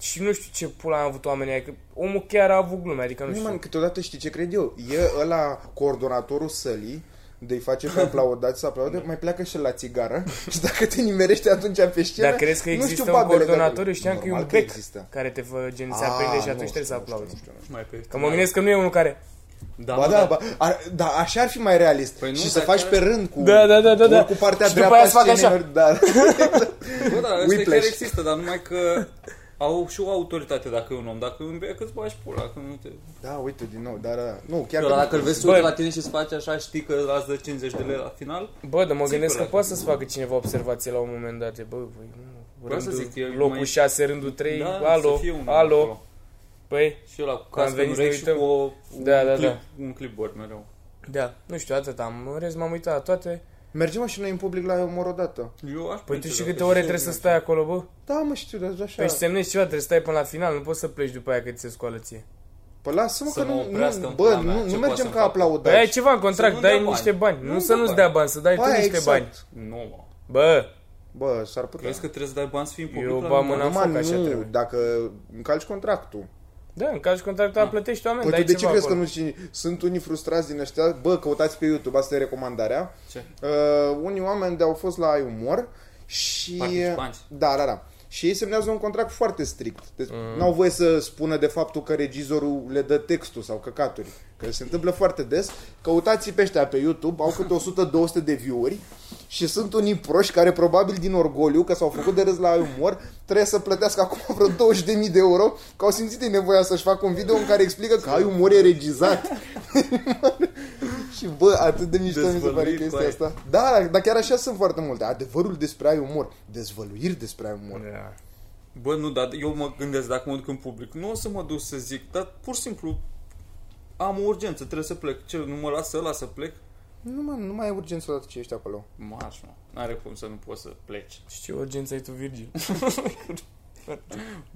Speaker 2: și nu știu ce pula am avut oamenii aia, că omul chiar a avut glume, adică nu
Speaker 4: Nu,
Speaker 2: știu.
Speaker 4: mă, câteodată știi ce cred eu? E ăla coordonatorul sălii, de-i face pe aplaudați să
Speaker 2: *laughs*
Speaker 4: aplaude, mai pleacă și la țigară *laughs* și dacă te nimerește atunci pe scenă,
Speaker 2: Dar crezi că
Speaker 4: nu
Speaker 2: există
Speaker 4: știu
Speaker 2: un
Speaker 4: babele de
Speaker 2: coordonator?
Speaker 4: acolo.
Speaker 2: Eu știam că e un
Speaker 4: Normal
Speaker 2: bec
Speaker 4: există.
Speaker 2: care te fă, gen, se
Speaker 4: A,
Speaker 2: aprinde și
Speaker 4: nu
Speaker 2: atunci
Speaker 4: știu,
Speaker 2: trebuie să
Speaker 4: nu știu,
Speaker 2: aplauzi.
Speaker 4: nu știu, nu știu.
Speaker 3: Mai pe
Speaker 2: Că mă gândesc că nu e unul care...
Speaker 3: Da,
Speaker 4: Ba
Speaker 3: mă,
Speaker 4: da, ba, ar, da, așa ar fi mai realist.
Speaker 3: Păi nu,
Speaker 4: și să
Speaker 3: dar
Speaker 4: faci
Speaker 3: chiar-
Speaker 4: pe rând cu,
Speaker 2: Da, da, da, da,
Speaker 4: ori
Speaker 2: da.
Speaker 4: cu partea
Speaker 2: Și după
Speaker 4: dreaptă
Speaker 2: aia
Speaker 4: a
Speaker 2: să fac așa.
Speaker 4: scenelor, Da.
Speaker 3: Bă, da, ăștia
Speaker 4: Whiplash.
Speaker 3: chiar există, dar numai că au și o autoritate dacă e un om. Dacă e un bec, îți bagi pula, că nu te...
Speaker 4: *laughs* da, uite, din nou, dar da. Nu, chiar
Speaker 3: Ăla,
Speaker 4: că-
Speaker 3: dacă îl vezi
Speaker 2: Bă.
Speaker 3: tu la tine și îți face așa, știi că îți dă 50 de lei la final.
Speaker 2: Bă, dar mă
Speaker 3: Sigur,
Speaker 2: gândesc că
Speaker 3: dacă-
Speaker 2: poate să-ți facă cineva observație la un moment dat. de, Bă, bă, nu,
Speaker 3: Vreau să
Speaker 2: rândul,
Speaker 3: zic, e
Speaker 2: locul
Speaker 3: mai-
Speaker 2: 6, rândul 3,
Speaker 3: Da,
Speaker 2: Păi, alo,
Speaker 3: să fie unul
Speaker 2: alo.
Speaker 3: acolo.
Speaker 2: Păi,
Speaker 3: Și ăla cu
Speaker 2: Am
Speaker 3: cască
Speaker 2: venit
Speaker 3: în
Speaker 2: să
Speaker 3: urechi și
Speaker 2: uităm.
Speaker 3: cu o, un,
Speaker 2: Da, da,
Speaker 3: clip,
Speaker 2: da.
Speaker 3: un clipboard mereu.
Speaker 2: da, nu știu, atât am. În rest m-am uitat la toate.
Speaker 4: Mergem mă, și noi în public la umor odată.
Speaker 3: Eu aș
Speaker 2: Păi tu
Speaker 3: merge,
Speaker 2: și
Speaker 3: dacă-
Speaker 2: câte ore trebuie să stai acolo, bă?
Speaker 4: Da, mă, știu, dar așa.
Speaker 2: Păi și semnezi ceva, trebuie să stai până la final, nu poți să pleci după aia că ți se scoală ție.
Speaker 4: Păi lasă-mă
Speaker 3: Să
Speaker 4: că
Speaker 3: mă
Speaker 4: nu,
Speaker 3: oprească
Speaker 4: nu
Speaker 3: în
Speaker 4: bă,
Speaker 3: pula mea,
Speaker 4: nu,
Speaker 3: ce
Speaker 4: nu
Speaker 3: poate
Speaker 4: mergem
Speaker 3: să-mi
Speaker 4: ca
Speaker 3: facă?
Speaker 2: Păi ai
Speaker 4: aplaudați.
Speaker 2: ceva în contract,
Speaker 3: nu-mi dea
Speaker 2: dai
Speaker 3: bani.
Speaker 2: niște bani. Nu,
Speaker 3: Nu-mi
Speaker 2: să
Speaker 3: dea
Speaker 2: nu-ți
Speaker 3: bani.
Speaker 2: dea bani, să dai tu
Speaker 4: Păi,
Speaker 2: niște
Speaker 4: exact.
Speaker 2: bani.
Speaker 3: Nu, mă.
Speaker 2: Bă,
Speaker 4: Bă, s-ar putea.
Speaker 3: Crezi că trebuie să dai bani să fii în public?
Speaker 2: Da. Eu
Speaker 3: la
Speaker 2: bam
Speaker 3: mine?
Speaker 2: în
Speaker 4: Numai
Speaker 2: N-am făcut așa
Speaker 4: nu,
Speaker 2: treabă.
Speaker 4: dacă încalci contractul.
Speaker 2: da, în caz contractul am plătești oameni,
Speaker 4: Păi
Speaker 2: dai
Speaker 4: tu de ce
Speaker 2: ceva
Speaker 4: crezi că
Speaker 2: acolo.
Speaker 4: nu și sunt unii frustrați din ăștia? Bă, căutați pe YouTube, asta e recomandarea.
Speaker 3: Ce?
Speaker 4: Uh, unii oameni de-au fost la Ai Umor și...
Speaker 3: Participanți.
Speaker 4: Da, da, da. Și ei semnează un contract foarte strict. Deci mm. n-au voie să spună de faptul că regizorul le dă textul sau căcaturi. Că se întâmplă foarte des. Căutați pe ăștia pe YouTube, au câte 100-200 de view-uri și sunt unii proști care probabil din orgoliu că s-au făcut de râs la umor trebuie să plătească acum vreo 20.000 de euro că au simțit ei nevoia să-și facă un video în care explică că ai umor e regizat. și bă, atât de mișto mi se pare
Speaker 3: Dezvăluiri
Speaker 4: chestia
Speaker 3: cu aia.
Speaker 4: asta. Da, dar chiar așa sunt foarte multe. Adevărul despre ai umor, dezvăluiri despre ai umor.
Speaker 2: Da.
Speaker 3: Bă, nu, dar eu mă gândesc dacă mă duc în public. Nu o să mă duc să zic, dar pur și simplu am o urgență, trebuie să plec. Ce, nu mă lasă ăla să plec?
Speaker 4: Nu, mă, nu mai e urgență odată ce ești acolo.
Speaker 3: Maș, mă. N-are cum să nu poți să pleci.
Speaker 2: Și ce urgență ai tu, Virgil?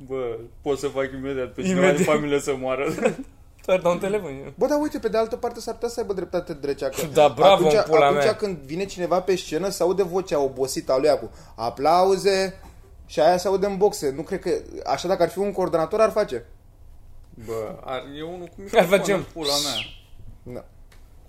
Speaker 3: Bă, pot să fac imediat pe cineva din
Speaker 2: Imediat.
Speaker 3: familie să moară.
Speaker 2: *laughs* Doar dau un telefon.
Speaker 4: Bă, dar uite, pe de altă parte s-ar putea să aibă dreptate Drecea. Că
Speaker 2: Da, bravo,
Speaker 4: atunci,
Speaker 2: în pula
Speaker 4: atunci
Speaker 2: mea.
Speaker 4: când vine cineva pe scenă, se aude vocea obosită a lui cu aplauze și aia se aude în boxe. Nu cred că, așa dacă ar fi un coordonator, ar face.
Speaker 3: Bă, ar, e unul cu
Speaker 2: Ar
Speaker 3: microfon
Speaker 2: facem.
Speaker 3: în pula mea.
Speaker 4: Da.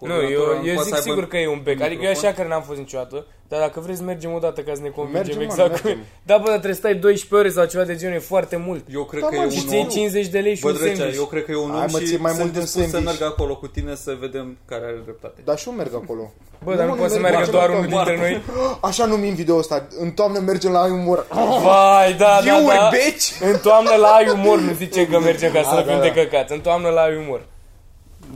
Speaker 2: Nu, eu,
Speaker 3: Coordonatorul
Speaker 2: eu
Speaker 3: poate
Speaker 2: zic
Speaker 3: să aibă-
Speaker 2: sigur că e un bec. Adică eu
Speaker 3: microfon.
Speaker 2: așa care n-am fost niciodată. Dar dacă vreți, mergem odată ca să ne convingem
Speaker 4: Mergem, mă,
Speaker 2: exact cum e.
Speaker 4: mergem.
Speaker 2: Da, bă, dar trebuie să stai 12 ore sau ceva de genul, e foarte mult.
Speaker 3: Eu cred
Speaker 4: Da,
Speaker 3: că
Speaker 4: mă,
Speaker 3: e
Speaker 4: și
Speaker 2: Și
Speaker 3: un
Speaker 2: ți iei
Speaker 3: om.
Speaker 2: 50 de lei și
Speaker 3: Bă,
Speaker 2: un
Speaker 3: Drăcea,
Speaker 2: sandwich.
Speaker 3: eu cred că e un om
Speaker 4: Hai, mă, ții
Speaker 3: și
Speaker 4: mai
Speaker 3: sunt
Speaker 4: mult un
Speaker 3: dispus să
Speaker 4: sandwich.
Speaker 3: merg acolo cu tine să vedem care are dreptate.
Speaker 4: Dar și eu merg acolo.
Speaker 2: *laughs* Bă, dar nu
Speaker 4: mă,
Speaker 2: poate să
Speaker 4: merg
Speaker 2: meargă
Speaker 4: acolo.
Speaker 2: doar unul dintre noi.
Speaker 4: *gasps* Așa numim video ăsta. În toamnă mergem la ai umor.
Speaker 2: Vai, *laughs* da, da,
Speaker 4: You
Speaker 2: da.
Speaker 4: bitch!
Speaker 2: În toamnă la ai umor, nu zice că mergem ca să
Speaker 4: Da,
Speaker 2: răbim
Speaker 4: da,
Speaker 2: de
Speaker 4: da.
Speaker 2: căcat. În toamnă la ai umor.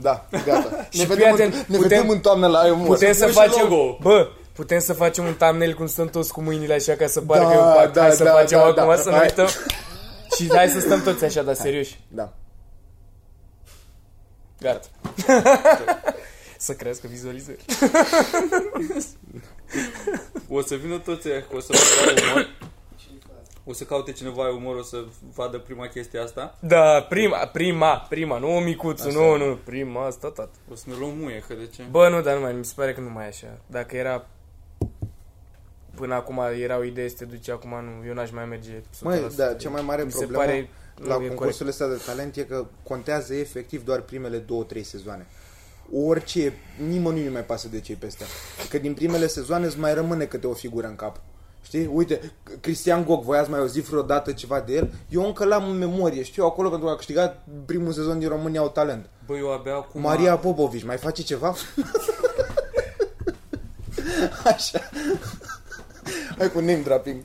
Speaker 4: Da,
Speaker 2: *laughs*
Speaker 4: gata.
Speaker 2: Și
Speaker 4: ne
Speaker 2: fii
Speaker 4: vedem, în,
Speaker 2: atent,
Speaker 4: ne
Speaker 2: putem-
Speaker 4: vedem în toamnă la ai umor.
Speaker 2: Putem să
Speaker 3: pui și
Speaker 2: facem...
Speaker 3: logo.
Speaker 2: Bă, putem să facem un thumbnail cum sunt toți cu mâinile așa ca să pară
Speaker 4: Da,
Speaker 2: că e un pact.
Speaker 4: da,
Speaker 2: hai să
Speaker 4: da,
Speaker 2: facem
Speaker 4: da,
Speaker 2: acum,
Speaker 4: da.
Speaker 2: să ne
Speaker 4: Hai.
Speaker 2: uităm. Și hai să stăm toți așa, dar serios.
Speaker 4: Da.
Speaker 2: Gata. *laughs* să crească vizualizări.
Speaker 3: O să vină toți aia, o să vadă umor. O să caute cineva ai umor, o să vadă prima chestie asta.
Speaker 2: Da, prima, prima, prima, nu o micuțu, nu, nu, prima, asta tot.
Speaker 3: O să ne luăm muie, că de ce?
Speaker 2: Bă, nu, dar nu mai, mi se pare că nu mai e așa. Dacă era Până acum era o idee să te duci, acum nu, eu n-aș mai merge 100%.
Speaker 4: Măi, da, cea mai mare
Speaker 2: Mi se
Speaker 4: problemă
Speaker 2: pare-
Speaker 4: la
Speaker 2: nu e
Speaker 4: concursurile astea de talent e că contează efectiv doar primele două, trei sezoane. Orice, nimănui nu mai pasă de cei peste. Că din primele sezoane îți mai rămâne câte o figură în cap. Știi? Uite, Cristian Gog, voi ați mai auzit vreodată ceva de el? Eu încă l-am în memorie, știu acolo pentru că a câștigat primul sezon din România au talent.
Speaker 3: Bă, eu abia
Speaker 2: *laughs*
Speaker 3: acum...
Speaker 4: Maria Popovici, mai face ceva? Așa. Hai cu name dropping.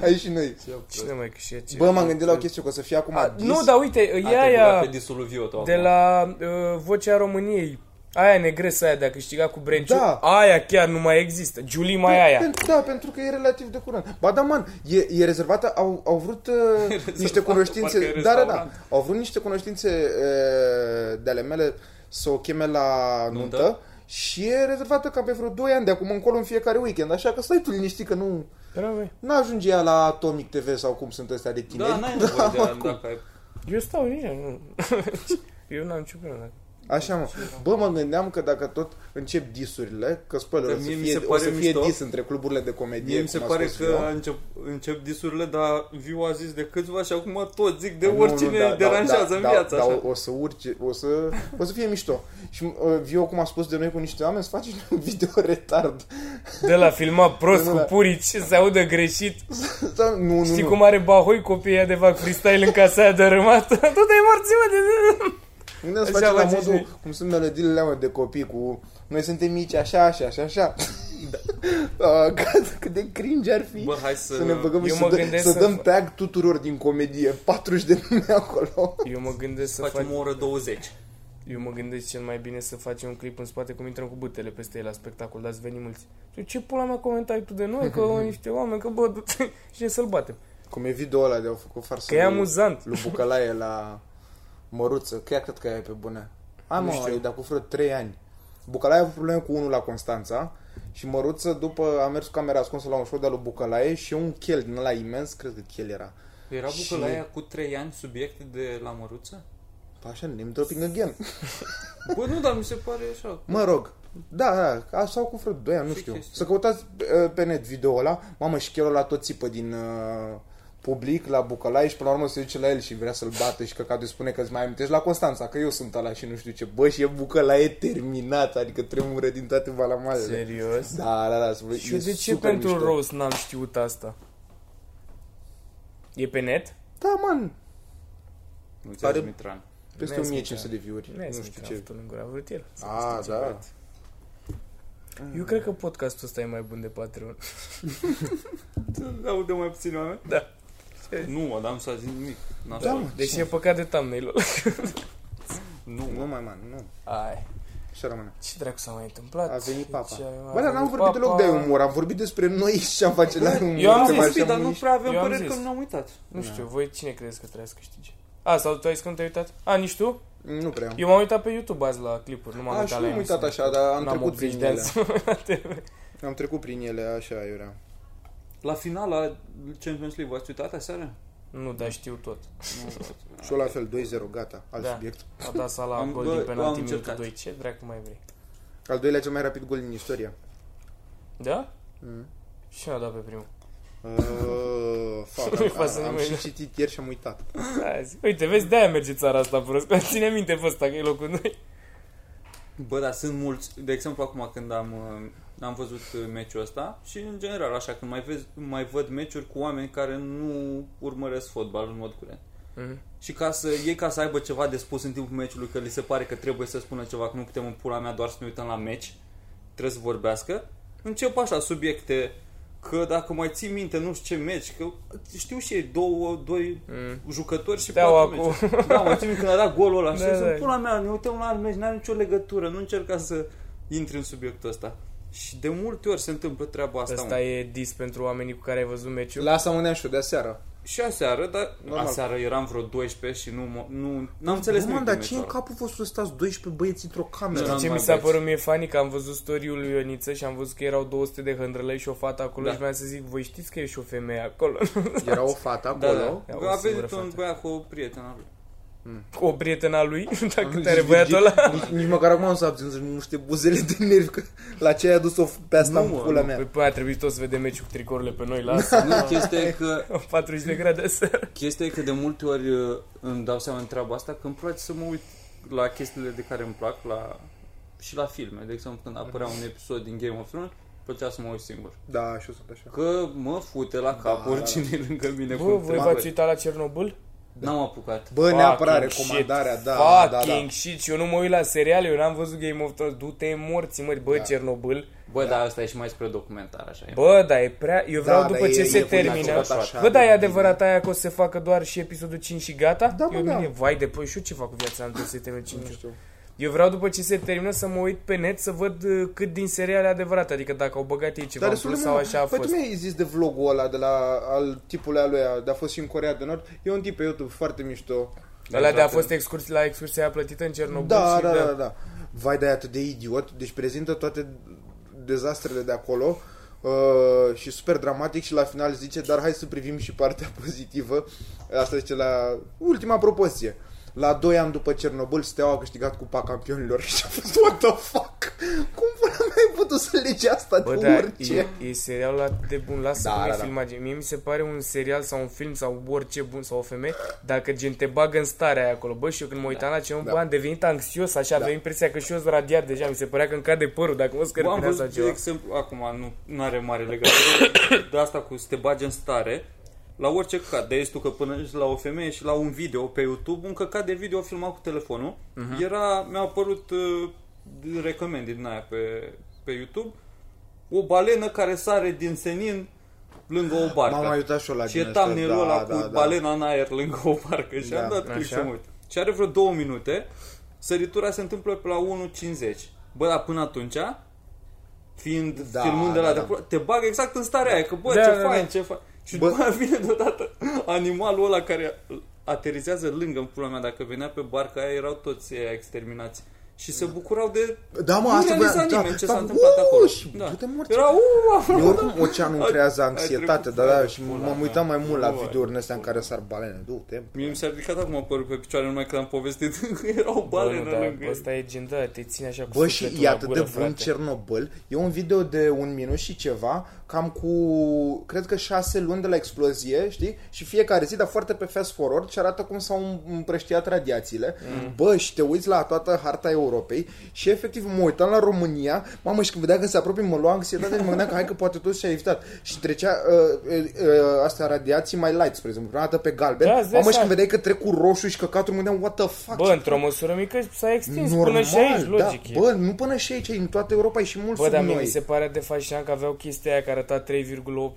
Speaker 4: Hai și noi.
Speaker 2: Cine mai câștigă ce?
Speaker 4: Bă, m-am gândit la o chestie că o să fie acum
Speaker 2: A,
Speaker 4: dis-
Speaker 2: nu, dar uite, e
Speaker 3: Aia... Pe
Speaker 2: aia
Speaker 3: disul lui Vio,
Speaker 2: de la uh, Vocea României. Aia negresă aia de a câștiga cu Breciu.
Speaker 4: Da.
Speaker 2: Aia chiar nu mai există. Julie mai aia.
Speaker 4: Pentru, da, pentru că e relativ de curând. Ba da, man, e, e rezervată, au, au
Speaker 2: *laughs*
Speaker 4: vrut uh, niște
Speaker 3: parcă
Speaker 4: cunoștințe, da,
Speaker 3: e
Speaker 4: da, da,
Speaker 3: restaurant.
Speaker 4: au vrut niște cunoștințe uh, de ale mele să o cheme la nuntă,
Speaker 3: Nuntă?
Speaker 4: și e rezervată cam pe vreo 2 ani de acum încolo în fiecare weekend, așa că stai tu liniștit că nu
Speaker 2: Bravo.
Speaker 4: ajunge ea la Atomic TV sau cum sunt ăstea de tineri.
Speaker 3: Da, n-ai nevoie
Speaker 4: *laughs*
Speaker 3: de aia, dacă ai...
Speaker 2: Eu stau în ea, nu. *laughs* Eu n-am nicio problemă.
Speaker 4: Așa mă. Bă, mă gândeam că dacă tot încep disurile, că spoiler,
Speaker 3: Dar
Speaker 4: o să
Speaker 3: mie mi
Speaker 4: fie,
Speaker 3: se
Speaker 4: o să
Speaker 3: pare
Speaker 4: fie
Speaker 3: mișto.
Speaker 4: dis între cluburile de comedie.
Speaker 3: Mie mi se
Speaker 4: cum a
Speaker 3: pare
Speaker 4: spus
Speaker 3: că
Speaker 4: eu.
Speaker 3: încep, încep disurile, dar Viu a zis de câțiva și acum tot zic de
Speaker 4: Nu,
Speaker 3: oricine
Speaker 4: nu, da, da,
Speaker 3: deranjează
Speaker 4: da,
Speaker 3: în
Speaker 4: da,
Speaker 3: viața
Speaker 4: da,
Speaker 3: așa.
Speaker 4: o, o să urce, o să, o să fie mișto. Și uh, eu, cum a spus de noi cu niște oameni, să faci un *laughs* video retard.
Speaker 2: De la filmat prost
Speaker 4: Nu,
Speaker 2: cu
Speaker 4: da.
Speaker 2: purici, se audă greșit.
Speaker 4: Da, nu, nu,
Speaker 2: Știi
Speaker 4: nu.
Speaker 2: cum are Bahoi copiii de fac freestyle în casa aia *laughs* dărâmată? Tot ai morți, mă, de...
Speaker 4: Gândeam să
Speaker 2: Așa
Speaker 4: facem la
Speaker 2: faceți
Speaker 4: modul
Speaker 2: voi.
Speaker 4: cum sunt melodiile alea de copii cu noi suntem mici, așa, așa, așa, așa. *laughs* Da. cât, cât de cringe ar fi
Speaker 3: Bă, hai să-
Speaker 4: să ne băgăm
Speaker 2: eu
Speaker 4: și
Speaker 2: mă
Speaker 4: să, dă,
Speaker 2: gândesc
Speaker 4: să
Speaker 2: să
Speaker 4: dăm
Speaker 2: fac-
Speaker 4: tag tuturor din comedie, *laughs* 40 de nume acolo.
Speaker 2: Eu mă gândesc să fac...
Speaker 3: Facem o oră 20.
Speaker 2: Eu mă gândesc cel mai bine să facem un clip în spate cum intrăm cu bâtele peste el la spectacol, dați veni mulți. Tu ce pula mea comentai tu de noi,
Speaker 4: *laughs*
Speaker 2: că au niște oameni, că bă, du-te *laughs* și să-l batem.
Speaker 4: Cum e video ăla de au făcut farsă
Speaker 2: Că e
Speaker 4: lui-
Speaker 2: amuzant.
Speaker 4: lui Bucălaie la Măruță, că ea cred că ea e pe bune. A, nu,
Speaker 2: știu.
Speaker 4: știu. dar cu vreo 3 ani. Bucălaie a avut probleme cu unul la Constanța și Măruță după a mers cu camera ascunsă la un show de lui Bucălaie și un chel din ăla imens, cred că chel era.
Speaker 3: Era
Speaker 4: Și-
Speaker 3: bucălaia cu 3 ani subiect de la măruță?
Speaker 4: Păi Așa, name dropping again.
Speaker 3: Bă, nu, dar mi se pare așa.
Speaker 4: Mă rog. Da, da, a- sau cu vreo 2 ani, nu
Speaker 3: Ce
Speaker 4: știu.
Speaker 3: chestie?
Speaker 4: Să căutați uh, pe net video ăla. Mamă, și chelul ăla tot țipă din uh, public la Bucălaie și până la urmă se duce la el și vrea să-l bată și căcatul îi spune că îți mai amintești la Constanța, că eu sunt ăla și nu știu ce. Bă, și e Bucălaie terminat, adică tremură din toate valamalele.
Speaker 2: Serios?
Speaker 4: Da, da, da, să vă-
Speaker 2: Și
Speaker 4: e
Speaker 2: eu de ce
Speaker 4: super
Speaker 2: pentru
Speaker 4: mișto.
Speaker 2: roast n-am știut asta? E pe net?
Speaker 4: Da, man,
Speaker 3: Nu ți
Speaker 4: Pare-
Speaker 3: Mitran.
Speaker 4: peste
Speaker 2: Mi-a
Speaker 4: 1500 de view-uri.
Speaker 2: Nu
Speaker 4: Nu știu ce.
Speaker 2: în gură, a vrut el.
Speaker 4: A, da.
Speaker 2: Eu cred că podcastul ăsta e mai bun de Patreon.
Speaker 3: *laughs* Aude mai puțin oameni?
Speaker 2: Da.
Speaker 3: Nu, Adam s-a zis nimic. N-a
Speaker 4: Da,
Speaker 3: spus.
Speaker 4: mă.
Speaker 2: Deși Deci e păcat de thumbnail-ul.
Speaker 3: Nu,
Speaker 4: Nu
Speaker 3: mă.
Speaker 4: mai, man, nu.
Speaker 2: Ai.
Speaker 4: Și rămâne.
Speaker 2: Ce dracu s-a mai întâmplat?
Speaker 4: A venit papa.
Speaker 2: Ce- a
Speaker 4: Bă, dar n-am
Speaker 2: venit
Speaker 4: vorbit deloc
Speaker 2: papa.
Speaker 4: de umor, am vorbit despre noi și am face la umor.
Speaker 2: Eu am
Speaker 4: că
Speaker 2: zis,
Speaker 4: mai
Speaker 3: Păi,
Speaker 4: așa
Speaker 3: dar nu
Speaker 4: mișto.
Speaker 3: prea avem
Speaker 2: Eu am
Speaker 3: păreri că
Speaker 2: zis.
Speaker 3: nu ne-am uitat.
Speaker 2: Nu știu,
Speaker 4: Da.
Speaker 2: voi cine credeți că trebuie să câștige? A, sau tu ai zis când te-ai uitat? A, nici tu?
Speaker 4: Nu prea.
Speaker 2: Eu m-am uitat pe YouTube azi la clipuri, nu m-am
Speaker 4: A, și
Speaker 2: uitat
Speaker 4: eu
Speaker 2: la
Speaker 4: am uitat
Speaker 2: emisiune.
Speaker 4: așa, dar am
Speaker 2: N-am
Speaker 4: trecut
Speaker 2: 80
Speaker 4: prin
Speaker 2: de ani
Speaker 4: ele.
Speaker 2: să mă uit la TV.
Speaker 4: Am trecut prin ele, așa, Iurea.
Speaker 3: La finala Champions League, v-ați uitat aseară?
Speaker 2: Nu, dar știu tot.
Speaker 3: Nu.
Speaker 4: Și eu la fel, 2-0, gata, alt
Speaker 2: Da.
Speaker 4: subiect.
Speaker 2: A dat sala
Speaker 3: Am-
Speaker 2: gol
Speaker 3: bă,
Speaker 2: din
Speaker 3: am
Speaker 2: penalti minutul
Speaker 3: încercat.
Speaker 2: 2. Ce dracu mai vrei?
Speaker 4: Al doilea cel mai rapid gol din istorie.
Speaker 2: Da?
Speaker 4: Mm.
Speaker 2: Și a dat pe
Speaker 4: *laughs*
Speaker 2: primul.
Speaker 4: Uh,
Speaker 2: *laughs*
Speaker 4: fac,
Speaker 2: Nu-i
Speaker 4: am,
Speaker 2: pasă
Speaker 4: am, am
Speaker 2: nimeni.
Speaker 4: și citit ieri și am uitat.
Speaker 2: Da, zic. Uite, vezi, de-aia merge țara asta prost. Că ține minte pe ăsta că e locul 2.
Speaker 3: Bă, dar sunt mulți. De exemplu, acum când am, uh, am văzut uh, meciul ăsta și în general, așa, când mai, vezi, mai văd meciuri cu oameni care nu urmăresc fotbal în mod curent.
Speaker 2: Mhm.
Speaker 3: Și ca să, ei ca să aibă ceva de spus în timpul meciului, că li se pare că trebuie să spună ceva, că nu putem în pula mea doar să ne uităm la meci, trebuie să vorbească, încep așa subiecte, că dacă mai ții minte nu știu ce meci, că știu și ei două, doi
Speaker 2: Mm.
Speaker 3: jucători și
Speaker 2: Steaua
Speaker 3: patru
Speaker 2: cu-
Speaker 3: meciuri. Da, mă țin minte când a dat golul *laughs* ăla și
Speaker 2: Da,
Speaker 3: da,
Speaker 2: da.
Speaker 3: da. pula mea, ne uităm la alt meci, n-are nicio legătură, nu încerca să intri în subiectul ăsta. Și de multe ori se întâmplă treaba asta.
Speaker 2: Asta
Speaker 3: asta
Speaker 2: e dis pentru oamenii cu care ai văzut meciul.
Speaker 4: Lasă mă neașul de seară.
Speaker 3: și aseară, dar
Speaker 4: Normal.
Speaker 3: aseară eram vreo 12 și nu, mă- nu n-am înțeles
Speaker 4: Bă, man,
Speaker 3: nimic.
Speaker 4: dar
Speaker 3: din
Speaker 4: ce în
Speaker 3: meciul ăla.
Speaker 4: capul fost să stați 12 băieți într-o
Speaker 3: Nu,
Speaker 4: cameră?
Speaker 3: nu.
Speaker 2: Ce
Speaker 3: mai
Speaker 2: mi s-a
Speaker 3: băieți.
Speaker 2: părut mie funny că am văzut story-ul lui Ioniță și am văzut că erau 200 de hândrălei și o fată acolo
Speaker 3: Da.
Speaker 2: și mi-am să zic, voi știți că e și o femeie acolo. *laughs*
Speaker 4: Era o fată
Speaker 3: Da,
Speaker 4: acolo.
Speaker 3: da.
Speaker 2: Ia, o
Speaker 3: Că A
Speaker 2: singură
Speaker 3: venit un
Speaker 2: fată.
Speaker 3: băiat cu o prietenă a lui.
Speaker 2: o prietena lui, *laughs* dacă
Speaker 4: Nici
Speaker 2: te are băiatul
Speaker 4: Virgil-
Speaker 2: ăla.
Speaker 4: Nici, nici măcar acum nu s-a abținut să-și muște buzele de nervi că la ce ai adus-o pe asta
Speaker 3: Nu,
Speaker 4: în
Speaker 3: mă,
Speaker 4: pula
Speaker 2: Păi,
Speaker 4: mea.
Speaker 2: păi a trebuit tot să vedem meciul cu tricorile pe noi,
Speaker 4: *laughs*
Speaker 2: lasă.
Speaker 3: Nu, chestia e că
Speaker 2: 40 de grade seara.
Speaker 3: Chestia e că de multe ori uh, îmi dau seama în treaba asta că îmi place să mă uit la chestiile de care îmi plac la... și la filme. De exemplu, când apărea un episod din Game of Thrones, plăcea să mă uit singur.
Speaker 4: Da, și eu sunt așa.
Speaker 3: Că mă fute la cap
Speaker 4: Da.
Speaker 3: da. oricine e lângă mine.
Speaker 2: Bă,
Speaker 3: cu
Speaker 2: voi
Speaker 3: întrebări.
Speaker 2: v-ați uitat la Cernobâl?
Speaker 3: N-am apucat.
Speaker 4: Bă, neapărat
Speaker 2: Fucking
Speaker 4: recomandarea,
Speaker 2: shit.
Speaker 4: da, da, da.
Speaker 2: Fucking shit. Și eu nu mă uit la seriale, eu n-am văzut Game of Thrones. Du-te morți, mări,
Speaker 4: Da.
Speaker 2: bă, Cernobâl.
Speaker 6: Bă, da. dar asta e și mai spre documentar, așa e.
Speaker 2: Bă, da, e prea... Eu vreau
Speaker 4: da,
Speaker 2: după
Speaker 4: e-
Speaker 2: ce
Speaker 4: e
Speaker 2: se
Speaker 4: bun,
Speaker 2: termină.
Speaker 4: ați făcut așa,
Speaker 2: Bă, da, e
Speaker 4: bine.
Speaker 2: adevărat aia că o să se facă doar și episodul 5 și gata?
Speaker 4: Da, bă,
Speaker 2: eu,
Speaker 4: da.
Speaker 2: mine, vai de păi, și eu ce fac cu viața am să se termine 5
Speaker 4: Nu știu.
Speaker 2: Eu vreau după ce se termină să mă uit pe net să văd uh, cât din seriale adevărate, adică dacă au băgat ei ceva
Speaker 4: Dar destul
Speaker 2: în
Speaker 4: de
Speaker 2: plus sau
Speaker 4: mult.
Speaker 2: așa a
Speaker 4: Păi tu
Speaker 2: fost.
Speaker 4: mi-ai zis de vlogul ăla de la, al tipului aluia, de a fost și în Corea de Nord. E un tip pe YouTube foarte mișto.
Speaker 2: Ăla
Speaker 3: Exact.
Speaker 2: de a fost excurs, la excursia plătită în Cernobâl
Speaker 4: Da,
Speaker 2: și
Speaker 4: da,
Speaker 2: de-
Speaker 4: da, da, da. Vai de atât de idiot. Deci prezintă toate dezastrele de acolo uh, și super dramatic și la final zice, dar hai să privim și partea *laughs* pozitivă. Asta zice la ultima propoziție. La 2 ani după Cernobâl, Steaua a câștigat Cupa Campionilor *laughs* și a fost what the fuck? Cum până mai ai putut să legi asta
Speaker 2: Bă,
Speaker 4: de
Speaker 2: da,
Speaker 4: orice?
Speaker 2: e, e serialul atât de bun, lasă
Speaker 4: Da,
Speaker 2: da,
Speaker 4: da,
Speaker 2: cum da, e
Speaker 4: da.
Speaker 2: filmat. gen. Mie mi se pare un serial sau un film sau orice bun sau o femeie, dacă gen te bagă în starea aia acolo. Bă, și eu când mă uitam da. la ce da. am devenit anxios, așa, da. aveam impresia că și eu sunt radiat deja, mi se părea că îmi cade părul, dacă mă
Speaker 3: Bă, am
Speaker 2: scărpinea sau
Speaker 3: văzut, de
Speaker 2: ceva.
Speaker 3: exemplu, acum nu are mare legătură, *coughs* de asta cu să te bagi în stare, la orice căcat, de ești tu că până ești la o femeie și la un video pe YouTube, un căcat de video filmat cu telefonul, uh-huh. era, mi-a apărut uh, recomand din aia pe, pe YouTube, o balenă care sare din senin lângă o barcă.
Speaker 4: M-am mai uitat și eu la
Speaker 3: Și e
Speaker 4: din asta,
Speaker 3: thumbnail-ul ăla cu
Speaker 4: da.
Speaker 3: balena în aer lângă o barcă și
Speaker 4: Da,
Speaker 3: am dat click
Speaker 2: așa.
Speaker 3: să mă uit. Și are vreo două minute, săritura se întâmplă pe la 1.50. Bă, dar până atunci, fiind
Speaker 4: Da,
Speaker 3: da, filmând de la
Speaker 4: da,
Speaker 3: da,
Speaker 4: da.
Speaker 3: de acolo, te bagă exact în starea aia, că bă,
Speaker 2: Da,
Speaker 3: ce
Speaker 2: da, da.
Speaker 3: fain, ce fain. Și
Speaker 4: Bă.
Speaker 3: după aia vine deodată animalul ăla care aterizează lângă în pula mea, dacă venea pe barca aia, erau toți aia exterminați. Și se bucurau de...
Speaker 4: Da, mă,
Speaker 3: nu
Speaker 4: asta
Speaker 3: realiza
Speaker 4: voiam- da,
Speaker 3: nimeni ce
Speaker 4: da,
Speaker 3: s-a întâmplat acolo. Da.
Speaker 4: uși, du-te morți.
Speaker 3: Era uuu,
Speaker 4: Eu oricum oceanul îmi creează
Speaker 3: ai
Speaker 4: anxietate,
Speaker 3: trecut,
Speaker 4: dar da,
Speaker 3: frate,
Speaker 4: și
Speaker 3: pula
Speaker 4: m-am
Speaker 3: mea.
Speaker 4: uitat mai mult la
Speaker 3: Bă.
Speaker 4: videouri în astea în care sar balene. Du-te.
Speaker 3: Mie mi s-a ridicat acum părul pe picioare numai că am povestit *laughs* că era o
Speaker 2: Bă, nu,
Speaker 3: balenă
Speaker 2: da,
Speaker 3: lângă
Speaker 2: bă,
Speaker 3: el.
Speaker 2: ăsta e gen, da, te ține așa cu
Speaker 4: Bă, și
Speaker 2: sufletul
Speaker 4: e
Speaker 2: la
Speaker 4: atât de
Speaker 2: gură,
Speaker 4: bun
Speaker 2: frate.
Speaker 4: Cernobâl. E un video de un minut și ceva, cam cu, cred că șase luni de la explozie, știi? Și fiecare zi, dar foarte pe fast forward și arată cum s-au împrăștiat radiațiile. Mm. Bă, și te uiți la toată harta Europei și efectiv mă uitam la România, mamă, și când vedea că se apropie, mă lua anxietate și mă gândeam că hai că poate tot și-a evitat. Și trecea uh, uh, uh, astea radiații mai light, spre exemplu, prima dată pe galben.
Speaker 2: Da,
Speaker 4: Da,
Speaker 2: îți dai
Speaker 4: mamă, și
Speaker 2: seama.
Speaker 4: când vedeai că trec cu roșu și căcatul, mă gândeam, what the fuck?
Speaker 2: Bă,
Speaker 4: ce
Speaker 2: într-o măsură mică s-a extins până
Speaker 4: Normal,
Speaker 2: și aici, logic. e.
Speaker 4: da. Bă, nu până și aici, în toată Europa e și mult
Speaker 2: Bă,
Speaker 4: sub
Speaker 2: dar mie
Speaker 4: noi.
Speaker 2: mi se pare de fascinant că aveau chestia aia care arăta 3,8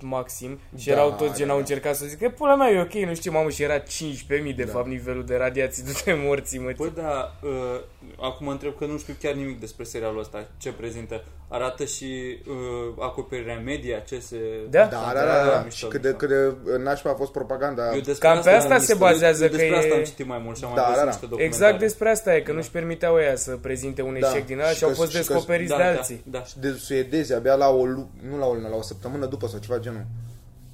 Speaker 2: maxim și
Speaker 4: Da,
Speaker 2: erau toți
Speaker 4: da,
Speaker 2: gen au
Speaker 4: da.
Speaker 2: încercat să zică, pula mea, e ok, nu știu, mamă, și era 15.000
Speaker 4: Da.
Speaker 2: de fapt nivelul de radiații, *laughs* du-te morții, mă. exact
Speaker 3: Bă, da, uh, acum mă întreb că nu știu chiar nimic despre serialul ăsta, ce prezintă. Arată și uh, acoperirea media, ce se...
Speaker 2: Da?
Speaker 4: Da, da, da, da.
Speaker 3: mișto,
Speaker 4: Și cât de,
Speaker 3: mișto.
Speaker 4: cât de nașpa a fost propaganda.
Speaker 3: Eu despre
Speaker 2: Cam pe asta
Speaker 3: am
Speaker 2: se
Speaker 3: istoric-
Speaker 2: bazează
Speaker 3: eu Despre
Speaker 2: că
Speaker 3: asta
Speaker 2: e-
Speaker 3: am citit mai mult și am
Speaker 4: Da, da,
Speaker 3: mai văzut
Speaker 4: da.
Speaker 3: niște documentare. Da.
Speaker 2: Exact despre asta e, că nu-și permiteau ea să prezinte un
Speaker 4: Da.
Speaker 2: eșec din ăla
Speaker 4: Și
Speaker 2: și au
Speaker 4: că-
Speaker 2: fost
Speaker 4: și că-
Speaker 2: descoperiți
Speaker 3: da,
Speaker 2: de
Speaker 3: da,
Speaker 2: alții.
Speaker 3: Da,
Speaker 4: De suedezi, abia la o lu- nu la o lună, la o săptămână după sau ceva genul.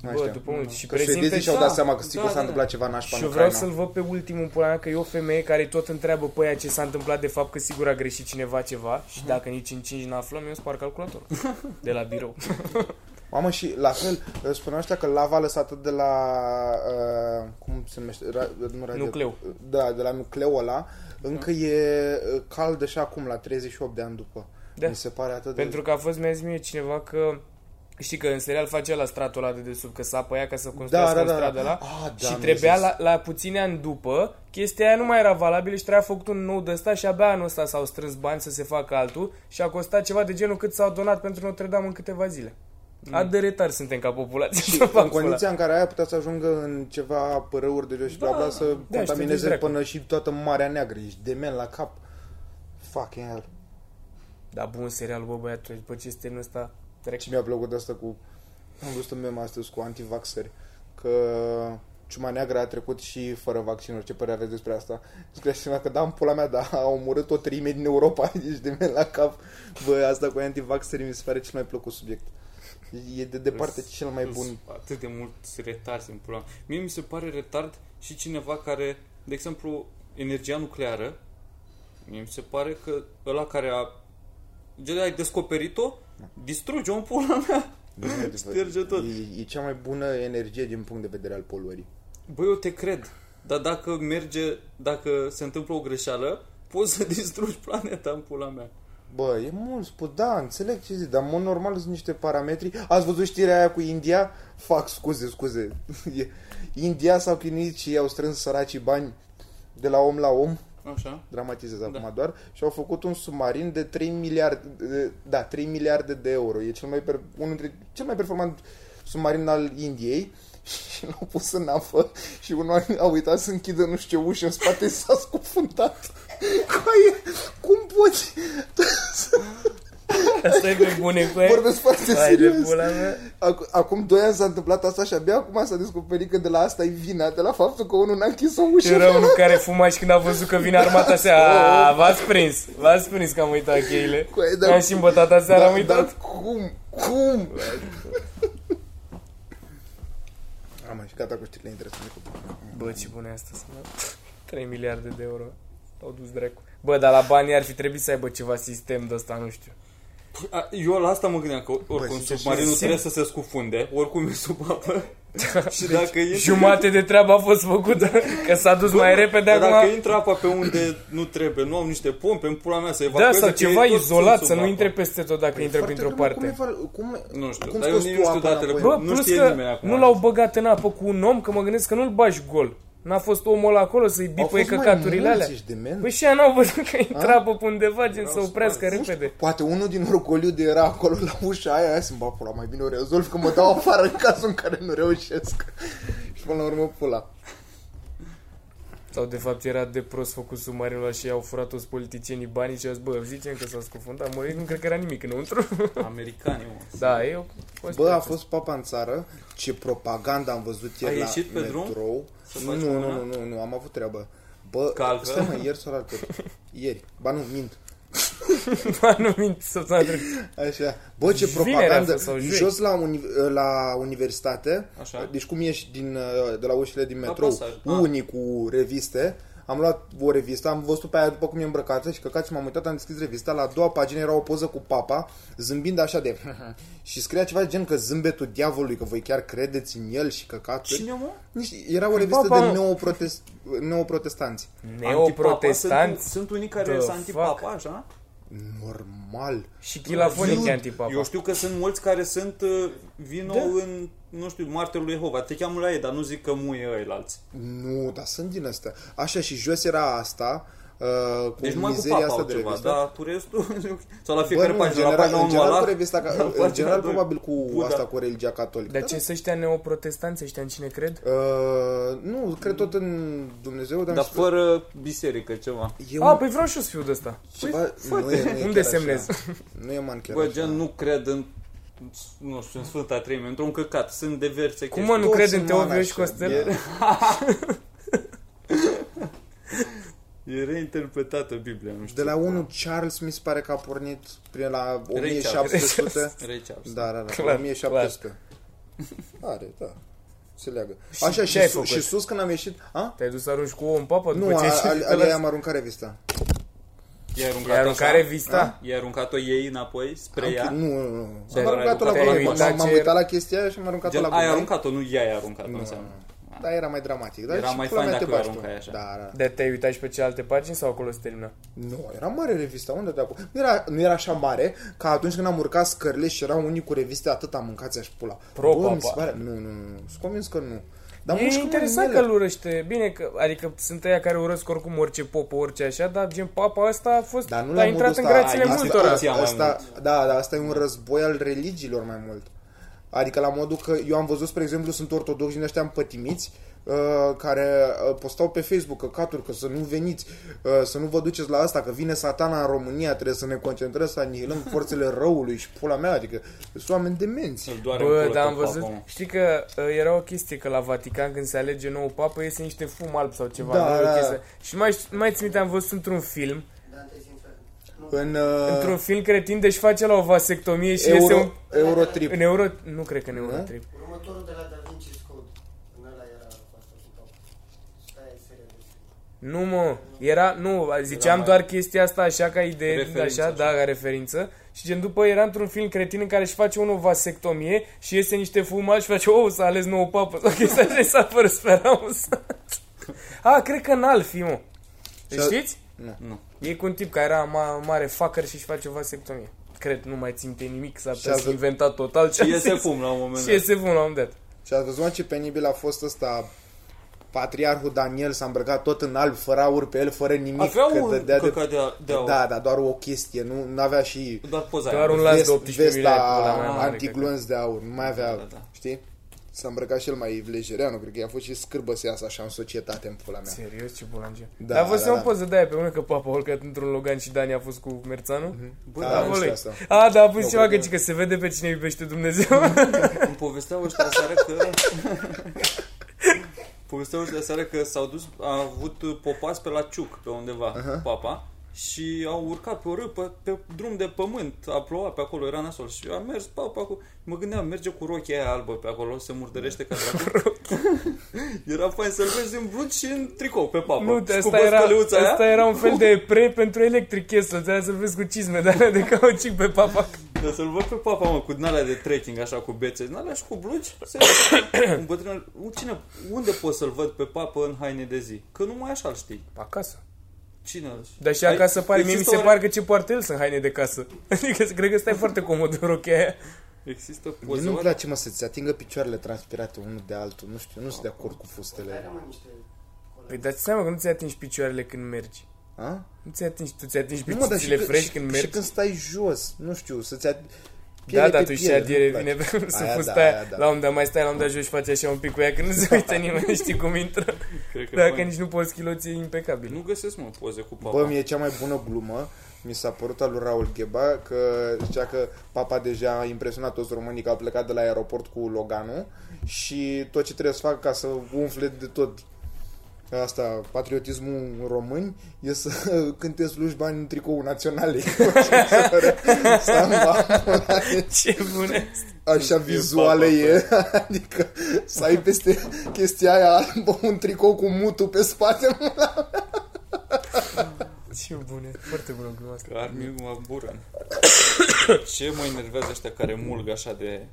Speaker 4: Nu mai
Speaker 2: Bă,
Speaker 4: știam.
Speaker 2: după mult. Și
Speaker 4: Că suedezii
Speaker 2: prezintă
Speaker 4: și-au
Speaker 2: și...
Speaker 4: dat
Speaker 3: da,
Speaker 4: seama că sigur
Speaker 3: da,
Speaker 4: s-a
Speaker 3: da.
Speaker 4: întâmplat ceva nașpa în
Speaker 2: Și eu vreau
Speaker 4: Ucraina.
Speaker 2: să-l văd pe ultimul pula mea, că e o femeie care tot întreabă pe aia ce s-a întâmplat de fapt, că sigur a greșit cineva ceva și
Speaker 4: Mhm.
Speaker 2: dacă nici în 5 n-aflăm, eu spar
Speaker 4: *laughs*
Speaker 2: calculatorul de la birou.
Speaker 4: Mamă, și la fel, spuneau ăștia că lava lăsată de la, uh, cum se numește, Ra- nu radio,
Speaker 2: Nucleu.
Speaker 4: Da, de la nucleul ăla, încă e uh, caldă și acum, la 38 de ani după.
Speaker 2: Da.
Speaker 4: Mi se pare atât de...
Speaker 2: Pentru că a fost, mi-a zis mie cineva că Știi că în serial face la stratul ăla de desubt, că sapă ea ca să construiască
Speaker 4: da,
Speaker 2: da, da,
Speaker 4: da.
Speaker 2: da, strada ăla
Speaker 4: Ah, da,
Speaker 2: și
Speaker 4: mi-ai
Speaker 2: trebuia
Speaker 4: zis.
Speaker 2: la, la puține ani după, chestia aia nu mai era valabilă și trebuia făcut un nou de ăsta și abia anul ăsta s-au strâns bani să se facă altul și a costat ceva de genul cât s-au donat pentru Notre Dame în câteva zile. Mm. Atât de retar suntem ca populație. să fac
Speaker 4: în
Speaker 2: pula.
Speaker 4: condiția în care aia putea să ajungă în ceva părăuri de jos și bla bla să
Speaker 2: da, și
Speaker 4: contamineze
Speaker 2: te duci
Speaker 4: până și toată Marea Neagră. Ești demen la cap. Fucking hell.
Speaker 2: Da, bun serial, bă băiatul, după ce este în ăsta
Speaker 4: *laughs*
Speaker 2: trec.
Speaker 4: Și mi-a plăcut asta cu... Am văzut un meme astăzi cu antivaxeri că ciuma neagră a trecut și fără vaccinuri. Ce părere aveți despre asta? Scrie cineva că da, în pula mea, *laughs* da, a omorât o treime din Europa. *laughs* Ești demen la cap. Bă, asta cu antivaxerii mi se pare cel mai plăcut subiect. E de departe cel mai bun
Speaker 3: Sunt Atât de mult retarzi în pula. mea. Mie mi se pare retard și cineva care, de exemplu, energia nucleară, mie mi se pare că ăla care a gen, ai descoperit-o, distruge-o în pula mea. *laughs* Șterge tot.
Speaker 4: E, e cea mai bună energie din punct de vedere al poluării.
Speaker 3: Băi, eu te cred. Dar *laughs* dacă merge, dacă se întâmplă o greșeală, poți să distrugi planeta în pula mea.
Speaker 4: Bă, e mult spus, da, înțeleg ce zici, dar în mod normal sunt niște parametri. Ați văzut știrea aia cu India? Fac scuze, scuze. *laughs* E- India s-au chinuit și i-au strâns săracii bani de la om la om,
Speaker 3: Așa.
Speaker 4: dramatizez
Speaker 3: Da.
Speaker 4: acum doar, și au făcut un submarin de 3 miliarde, de- da, 3 miliarde de euro. E cel mai, per, unul dintre cel mai performant submarin al Indiei *laughs* și l-au pus în apă și unul a- a uitat să închidă nu știu ce ușă în spate *laughs* și s-a scufundat. Coaie, cum poți?
Speaker 2: Asta e pe bune cu aia.
Speaker 4: Vorbesc foarte
Speaker 2: Hai de
Speaker 4: serios.
Speaker 2: pula mea.
Speaker 4: Ac- Acum 2 ani s-a întâmplat asta și abia acum s-a descoperit că de la asta e vina, de la faptul că unul n-a închis o
Speaker 2: Ce
Speaker 4: ușă.
Speaker 2: rău unul care fuma și când a văzut că vine armata se A,
Speaker 3: Oh."
Speaker 2: v-ați prins. V-ați prins că am uitat cheile.
Speaker 4: Cu
Speaker 3: Păi, da.
Speaker 4: aia, dar-
Speaker 2: Am și îmbătat aseară, am uitat.
Speaker 4: Da, Dar cum? Cum? Am mai și gata cu știrile interesante cu
Speaker 2: Bă, ce bune asta să 3 miliarde de euro. Au dus dracu. Bă, dar la banii ar fi trebuit să aibă ceva sistem de ăsta, nu știu.
Speaker 3: Păi, A, Eu la asta mă gândeam că oricum
Speaker 4: sincer,
Speaker 3: submarinul
Speaker 2: și-
Speaker 3: trebuie să se scufunde, oricum e sub
Speaker 2: *laughs*
Speaker 3: apă. și dacă
Speaker 2: Deci,
Speaker 3: e
Speaker 2: Jumate de treabă a fost făcută, că s-a dus mai repede
Speaker 3: Dar dacă
Speaker 2: acum.
Speaker 3: intră apa pe unde nu trebuie, nu au niște pompe, în pula mea să
Speaker 2: Da,
Speaker 3: evacueze.
Speaker 2: sau
Speaker 3: că ei
Speaker 2: ceva
Speaker 3: toți
Speaker 2: izolat, să
Speaker 3: sunt sub
Speaker 2: nu
Speaker 3: apă. Păi,
Speaker 2: intre peste tot dacă intră printr-o parte.
Speaker 4: Păi, Cum, cum,
Speaker 3: Nu știu,
Speaker 4: cum
Speaker 3: dar
Speaker 4: scoți
Speaker 3: eu
Speaker 4: tu
Speaker 3: nu știu
Speaker 4: apa
Speaker 3: datele
Speaker 4: înapoi?
Speaker 3: pe-
Speaker 2: Bă,
Speaker 3: Nu
Speaker 2: plus
Speaker 3: știe
Speaker 2: că
Speaker 3: nimeni acum
Speaker 2: nu l-au băgat în apă cu un om, că mă gândesc că nu-l bași gol. N-a fost omul ăla acolo să-i
Speaker 4: Au
Speaker 2: bipăie
Speaker 4: fost mai
Speaker 2: căcaturile
Speaker 4: mulți,
Speaker 2: alea.
Speaker 4: ești dement?
Speaker 2: Păi și aia n-au văzut că intra pe undeva, gen să oprească repede.
Speaker 4: Poate unul din orgoliu de era acolo la ușa aia, aia să-mi bag pula, mai bine o rezolv că mă dau afară în cazul în care nu reușesc. și până la urmă pula.
Speaker 2: Sau de fapt era de prost făcut submarinul ăla și i-au furat toți politicienii banii și au zis, bă, zicem că s-a scufundat, mă, nu cred că era nimic înăuntru.
Speaker 3: Americanii, mă.
Speaker 2: *laughs* da, eu... *laughs* fost
Speaker 4: Bă, a
Speaker 2: prost.
Speaker 4: fost papa în țară, ce propaganda am văzut ieri
Speaker 3: Ai
Speaker 4: la
Speaker 3: ieșit pe drum?
Speaker 4: metrou.
Speaker 3: Să
Speaker 4: Nu,
Speaker 3: faci
Speaker 4: nu,
Speaker 3: una?
Speaker 4: nu, nu, nu, am avut treabă. Bă,
Speaker 3: Că altfel-
Speaker 4: stai mă, ieri sau altări? Ieri. Ba nu, mint.
Speaker 2: Ba, nu mint săptămâna trecută.
Speaker 4: Așa. Bă, ce
Speaker 2: Vinerea
Speaker 4: propagandă.
Speaker 2: asta sau joi?
Speaker 4: Jos la, uni- la universitate,
Speaker 3: Așa.
Speaker 4: deci cum ieși din, uh, de la ușile din metrou,
Speaker 3: pasaj. Ah.
Speaker 4: unii cu reviste, am luat o revistă, am văzut pe aia după cum e îmbrăcată și căcați m-am uitat, am deschis revista, la a doua pagină era o poză cu papa, zâmbind așa de... *laughs* și scria ceva de gen că zâmbetul diavolului, că voi chiar credeți în el și căcatul.
Speaker 3: Cine, mă?
Speaker 4: Nici- Era o revistă
Speaker 2: Papa-
Speaker 4: de neoprotest, neoprotestanți.
Speaker 3: Antipapa,
Speaker 2: Neoprotestanți
Speaker 3: Sunt, sunt unii care
Speaker 2: The
Speaker 3: sunt antipapa, așa?
Speaker 4: Normal.
Speaker 2: și chilafonic
Speaker 4: Eu-
Speaker 2: e antipapa.
Speaker 3: Eu știu că sunt mulți care sunt uh, vino
Speaker 2: Da.
Speaker 3: în, nu știu, martelul lui Jehova. Te cheamă la ei, dar nu zic că muie ăi la alții.
Speaker 4: Nu, dar sunt din astea. Așa și jos era asta, uh, cu
Speaker 3: Deci numai cu
Speaker 4: mizeria
Speaker 3: papa
Speaker 4: asta
Speaker 3: au
Speaker 4: de
Speaker 3: ceva,
Speaker 4: revistă.
Speaker 3: dar cu restul... *laughs* Sau la
Speaker 4: Bă,
Speaker 3: fiecare
Speaker 4: nu, în
Speaker 3: pagină, la
Speaker 4: general,
Speaker 3: pagina
Speaker 4: în
Speaker 3: 1
Speaker 4: general
Speaker 3: ala...
Speaker 4: cu revista, ca-
Speaker 3: *laughs* la
Speaker 4: în
Speaker 3: pagina
Speaker 4: general
Speaker 3: doi.
Speaker 4: probabil cu
Speaker 3: Buddha.
Speaker 4: asta, cu religia catolică.
Speaker 2: Dar
Speaker 4: Da,
Speaker 2: ce să ăștia neoprotestanți, ăștia în cine cred?
Speaker 4: da. Uh, nu, cred tot în Dumnezeu, dar,
Speaker 3: Dar
Speaker 4: nu știu-
Speaker 3: fără biserică, ceva.
Speaker 4: e
Speaker 2: A,
Speaker 4: un-
Speaker 2: păi vreau și eu să fiu de ăsta.
Speaker 4: ceva- nu e- nu e chiar
Speaker 2: Unde
Speaker 4: așa.
Speaker 2: semnez?
Speaker 4: Nu e man chiar
Speaker 3: Bă,
Speaker 4: așa.
Speaker 3: gen, nu cred în nu știu, în Sfânta Treime, într-un căcat. Sunt diverse
Speaker 2: Cum mă,
Speaker 3: chestii.
Speaker 2: nu
Speaker 4: Toți
Speaker 2: cred
Speaker 4: sunt
Speaker 2: în Teovio
Speaker 4: man
Speaker 2: și
Speaker 4: așa,
Speaker 2: Costel?
Speaker 4: da.
Speaker 3: E reinterpretată Biblia, nu știu.
Speaker 4: De la unul Charles mi se pare că a pornit prin la
Speaker 3: *laughs*
Speaker 4: 1700.
Speaker 3: Ray Charles.
Speaker 4: Da, da, da,
Speaker 2: Clar,
Speaker 4: 1700. Are, da. Se leagă. Așa,
Speaker 2: ce
Speaker 4: și,
Speaker 2: ai
Speaker 4: sus,
Speaker 2: făcut?
Speaker 4: și sus când am ieșit... A?
Speaker 2: *laughs* Te-ai dus să arunci cu ouă în papă după
Speaker 4: Nu,
Speaker 2: ce
Speaker 4: a-
Speaker 2: ai ieșit
Speaker 4: ale-
Speaker 2: de
Speaker 4: alea
Speaker 2: la...
Speaker 4: am aruncat revista.
Speaker 3: I-a aruncat-o
Speaker 2: Iar în
Speaker 3: așa?
Speaker 2: care vista?
Speaker 3: I-a aruncat-o ei înapoi spre ea?
Speaker 4: Am, nu, nu, nu.
Speaker 3: Ce,
Speaker 4: Am
Speaker 3: ai
Speaker 4: aruncat-o la
Speaker 3: aruncat-o la
Speaker 4: gunoi.
Speaker 3: copac?
Speaker 4: M-am m-am uitat la chestia aia și am aruncat-o
Speaker 3: Gen,
Speaker 4: la
Speaker 3: ai
Speaker 4: gunoi.
Speaker 3: aruncat-o, nu ea i-a aruncat-o,
Speaker 4: Nu,
Speaker 3: înseamnă.
Speaker 4: Dar era mai dramatic. Dar
Speaker 3: Era
Speaker 4: și
Speaker 3: mai
Speaker 4: pula
Speaker 3: fain
Speaker 4: mea te
Speaker 3: dacă o
Speaker 4: bași tu.
Speaker 3: aruncai așa.
Speaker 4: Da, da.
Speaker 2: De te-ai uitat și pe celelalte pagini sau acolo se termină?
Speaker 4: Nu, era mare revista. Unde dracu? Nu era, nu era așa mare ca atunci când am urcat scările și erau unii cu reviste atâta mâncați aș pula.
Speaker 2: Pro,
Speaker 4: Bă, mi se
Speaker 2: papa.
Speaker 4: pare... Nu, nu, nu. Sunt convins că nu. Dar
Speaker 2: e
Speaker 4: mușcă-mă
Speaker 2: interesant
Speaker 4: în
Speaker 2: că
Speaker 4: ele.
Speaker 2: îl urăște. Bine că, adică sunt aia care urăsc oricum orice popă, orice așa, dar gen papa ăsta a fost,
Speaker 4: Dar nu
Speaker 2: a
Speaker 4: la modul
Speaker 2: intrat în
Speaker 4: ăsta,
Speaker 2: grațiile
Speaker 4: ai-
Speaker 2: multora.
Speaker 3: instituția mai
Speaker 4: asta, da, da, asta e un război al religiilor mai mult. Adică la modul că eu am văzut, spre exemplu, sunt ortodoxi din ăștia împătimiți uh, care uh, postau pe Facebook căcaturi că să nu veniți, uh, să nu vă duceți la asta, că vine satana în România, trebuie să ne concentrăm să anihilăm forțele *laughs* răului și pula mea, adică sunt oameni demenți.
Speaker 3: Îl doare în
Speaker 2: Bă,
Speaker 3: pulă
Speaker 2: dar
Speaker 3: pe
Speaker 2: am văzut,
Speaker 3: papă, mă.
Speaker 2: știi că uh, era o chestie că la Vatican când se alege nou papă iese niște fum alb sau ceva.
Speaker 4: Da,
Speaker 2: nu? E o
Speaker 4: da, da.
Speaker 2: chestie. Și mai, mai ți minte, am văzut într-un film,
Speaker 5: Dante Zinfer.
Speaker 4: În, uh,
Speaker 2: într-un film cretin, deci face la o vasectomie și iese
Speaker 4: euro, Da?
Speaker 2: un...
Speaker 4: Eurotrip.
Speaker 2: În euro... Nu cred că în eurotrip.
Speaker 5: Următorul de la Da Vinci's Code. În ăla era asta cu top. Stai, seria de film.
Speaker 2: Nu, mă, era, nu, ziceam
Speaker 3: mai-
Speaker 2: doar chestia asta așa ca idee,
Speaker 3: Referință,
Speaker 2: așa,
Speaker 3: așa.
Speaker 2: da, ca referință. Și gen după era într-un film cretin în care își face unul vasectomie și iese niște fumați și face, oh, s-a ales nou papă, *laughs* sau chestia *laughs* de s-a fără speranță. A, cred că în alt film.
Speaker 4: a-
Speaker 2: Știți?
Speaker 3: Nu.
Speaker 2: E cu un tip care era ma- mare fucker și își face vasectomie. Cred, nu mai ținte nimic, s-a
Speaker 4: Și a zis-
Speaker 2: inventat total ce
Speaker 3: Și
Speaker 2: a *laughs*
Speaker 3: iese
Speaker 2: zis.
Speaker 3: fum la un moment
Speaker 2: Și
Speaker 3: dat.
Speaker 2: iese fum la un moment dat.
Speaker 4: Și ați văzut mă, ce penibil a fost ăsta Patriarhul Daniel s-a îmbrăcat tot în alb, fără aur pe el, fără nimic.
Speaker 3: Avea
Speaker 4: că
Speaker 3: un
Speaker 4: dădea
Speaker 3: căcat de- de aur.
Speaker 4: Da, da, doar o chestie, nu avea și
Speaker 3: Doar poza
Speaker 2: Doar
Speaker 3: aia.
Speaker 2: un las de
Speaker 4: vest-
Speaker 2: 18
Speaker 4: vesta
Speaker 2: milioane.
Speaker 4: antiglonț de aur, nu mai avea,
Speaker 3: Da, da, da.
Speaker 4: știi? S-a îmbrăcat și el mai vlejereanu, cred că i-a fost și scârbă să iasă așa în societate în pula mea.
Speaker 2: Serios, ce bulangie.
Speaker 4: Da,
Speaker 2: Dar vă să
Speaker 4: da,
Speaker 2: un
Speaker 4: da.
Speaker 2: poză de aia pe mână că papa a urcat într-un Logan și Dani a fost cu Merțanu?
Speaker 3: Bă,
Speaker 4: Da,
Speaker 3: da,
Speaker 4: nu
Speaker 3: mă,
Speaker 4: știu
Speaker 2: Olei.
Speaker 4: asta.
Speaker 2: A, da, a pus ceva că,
Speaker 4: cred că-
Speaker 2: zice că se vede pe cine iubește
Speaker 4: *laughs*
Speaker 2: Dumnezeu. *laughs*
Speaker 3: îmi povesteau ăștia seară că... *laughs* povesteau ăștia seară că s-au dus, a avut popas pe la Ciuc, pe undeva, uh-huh. papa, și au urcat pe o râpă, pe drum de pământ, a plouat pe acolo, era nasol și a mers papa cu... Mă gândeam, merge cu rochia aia albă pe acolo, se murdărește ca dracu. *laughs* era fain să-l vezi în brut și în tricou pe papa.
Speaker 2: nu,
Speaker 3: și cu
Speaker 2: asta era,
Speaker 3: băscăliuța
Speaker 4: da?
Speaker 3: aia.
Speaker 2: asta era un fel de pre pentru electric chestia, trebuia să-l vezi cu cizme de alea de cauciuc pe papa.
Speaker 3: Dar să-l văd pe papa, mă, cu din alea de trekking, așa, cu bețe, din alea și cu blugi. Se... *coughs* un bătrân, un- cine, unde pot să-l văd pe papa în haine de zi? Că numai așa îl știi.
Speaker 2: Acasă.
Speaker 3: Cine îl
Speaker 2: Dar și
Speaker 3: Ai-
Speaker 2: acasă
Speaker 4: Păi,
Speaker 2: pare, mie mi
Speaker 3: există
Speaker 2: se
Speaker 3: o-
Speaker 2: pare că ce poartă el sunt haine de casă. *laughs* Adică cred că stai foarte comod în rochea aia.
Speaker 3: Există
Speaker 4: Mie
Speaker 3: poze
Speaker 4: nu-mi
Speaker 2: da.
Speaker 3: nu
Speaker 4: place, mă, să-ți atingă picioarele transpirate unul de altul, nu știu, nu sunt de acord cu
Speaker 5: Dar
Speaker 4: fustele.
Speaker 5: rămân niște
Speaker 2: Păi
Speaker 5: coloane.
Speaker 2: dați seama că nu ți atingi picioarele când mergi.
Speaker 4: A?
Speaker 2: Nu ți atingi, tu Deci ți atingi
Speaker 4: Nu mă, dar și,
Speaker 2: piciorele fresh
Speaker 4: și,
Speaker 2: când
Speaker 4: și
Speaker 2: mergi.
Speaker 4: când stai jos, nu știu, să-ți at...
Speaker 2: Da,
Speaker 4: piele
Speaker 2: da,
Speaker 4: pe
Speaker 2: tu și
Speaker 4: piele,
Speaker 2: adiere
Speaker 4: nu-mi place.
Speaker 2: vine pe să
Speaker 4: Aia
Speaker 2: fost
Speaker 4: da, aia
Speaker 2: aia,
Speaker 4: da.
Speaker 2: la un moment dat mai stai, la un moment dat jos și faci așa un pic cu ea, că nu *laughs* se uită nimeni, știi cum intră.
Speaker 3: Cred că
Speaker 2: Dacă
Speaker 3: fain.
Speaker 2: nici nu poți chiloți, e impecabil.
Speaker 4: *laughs*
Speaker 3: Nu găsesc, mă, poze cu papa.
Speaker 4: Bă, mie cea mai bună glumă mi s-a părut al lui Raul Gheba că zicea că papa deja a impresionat toți românii că au plecat de la aeroport cu Loganu și tot ce trebuie să facă ca să umfle de tot asta, patriotismul român e să *laughs* cânte slujba în tricou național *laughs*
Speaker 2: Ce bune!
Speaker 4: așa
Speaker 3: fie
Speaker 4: vizuală
Speaker 3: papa,
Speaker 4: e *laughs* adică să ai peste chestia aia albă un tricou cu mutul pe spate
Speaker 2: Ce bune! Foarte bună gluma asta.
Speaker 3: Că armi mă
Speaker 4: *coughs*
Speaker 3: buran. Ce mă enervează ăștia care mulg așa de...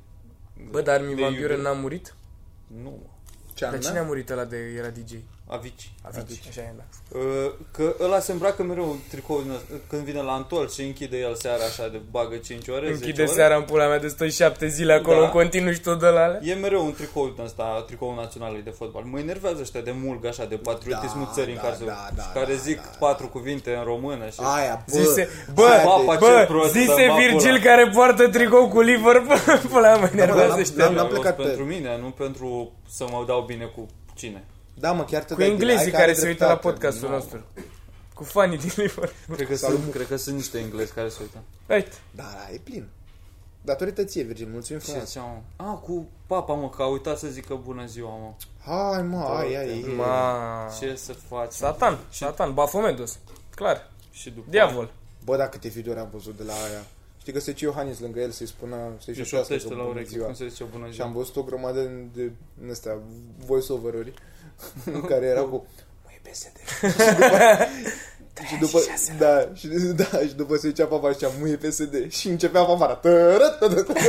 Speaker 2: Bă, dar mi
Speaker 3: de
Speaker 2: Van
Speaker 3: iubire?
Speaker 2: Buren n-a murit?
Speaker 4: Da,
Speaker 3: Nu, mă.
Speaker 4: ce
Speaker 2: Dar cine a murit ăla de era DJ?
Speaker 4: Da,
Speaker 3: Avici.
Speaker 4: deci.
Speaker 2: Avici, așa e, da.
Speaker 3: Uh, Că ăla se îmbracă mereu în tricou din ăsta, când vine la antol și închide el seara așa de bagă 5 ore, 10
Speaker 2: Închide
Speaker 3: ore.
Speaker 2: seara în pula mea de stoi șapte zile acolo
Speaker 3: Da.
Speaker 2: în continuu și tot de la alea.
Speaker 3: E mereu un tricou din asta, tricou național de fotbal. Mă enervează ăștia de mulg așa, de patriotismul
Speaker 4: Da,
Speaker 3: țării
Speaker 4: da,
Speaker 3: în care,
Speaker 4: da, da,
Speaker 3: care
Speaker 4: da,
Speaker 3: zic
Speaker 4: da, da.
Speaker 3: patru cuvinte în română și...
Speaker 4: aia bă,
Speaker 2: Zise,
Speaker 4: aia
Speaker 2: bă,
Speaker 4: de-
Speaker 3: Papa,
Speaker 2: bă,
Speaker 3: ce prost,
Speaker 2: zise
Speaker 3: bă,
Speaker 2: Virgil
Speaker 3: pula.
Speaker 2: care poartă tricou cu Liverpool, pula mea, enervează
Speaker 4: n-am-
Speaker 2: ăștia.
Speaker 4: n-am plecat pe-
Speaker 3: pe... pentru mine, nu pentru să mă dau bine cu cine.
Speaker 4: Da, mă, chiar te
Speaker 2: Cu
Speaker 4: dai
Speaker 2: englezii
Speaker 4: bine. Ai
Speaker 2: care
Speaker 4: are
Speaker 2: se uită la
Speaker 4: dreptate. Da.
Speaker 2: podcastul
Speaker 4: Nu.
Speaker 2: nostru. Cu fanii din Liverpool.
Speaker 3: Cred că,
Speaker 4: Salut.
Speaker 3: sunt, cred că sunt niște englezi care se uită.
Speaker 2: Uite,
Speaker 4: Da, da, e plin. Datorită ție, Virgil, mulțumim
Speaker 3: Ce
Speaker 4: frumos.
Speaker 3: ziceam? mă? A, cu papa, mă, că a uitat să zică bună ziua, mă.
Speaker 4: Hai, mă, ai, ai, ai.
Speaker 2: Da, ma...
Speaker 3: Ce să faci?
Speaker 2: Satan, satan, Bafomedus. Clar,
Speaker 3: Și după
Speaker 2: diavol.
Speaker 4: Bă, dacă te videouri am văzut de la aia. Știi că se ce Iohannis lângă el să-i spună, să-i
Speaker 3: își
Speaker 4: șoptească
Speaker 3: șoptește
Speaker 4: că
Speaker 3: la
Speaker 4: bună
Speaker 3: ureche
Speaker 4: ziua.
Speaker 3: cum se zice bună
Speaker 4: Și am
Speaker 3: ziua.
Speaker 4: văzut o grămadă de, de în astea, voice-over-uri în care era cu Mă, e PSD.
Speaker 2: *laughs*
Speaker 4: și după, și după, da, și, da, și după se zicea papa așa, mă, e PSD. Și începea fanfara. Tără, tără, tără.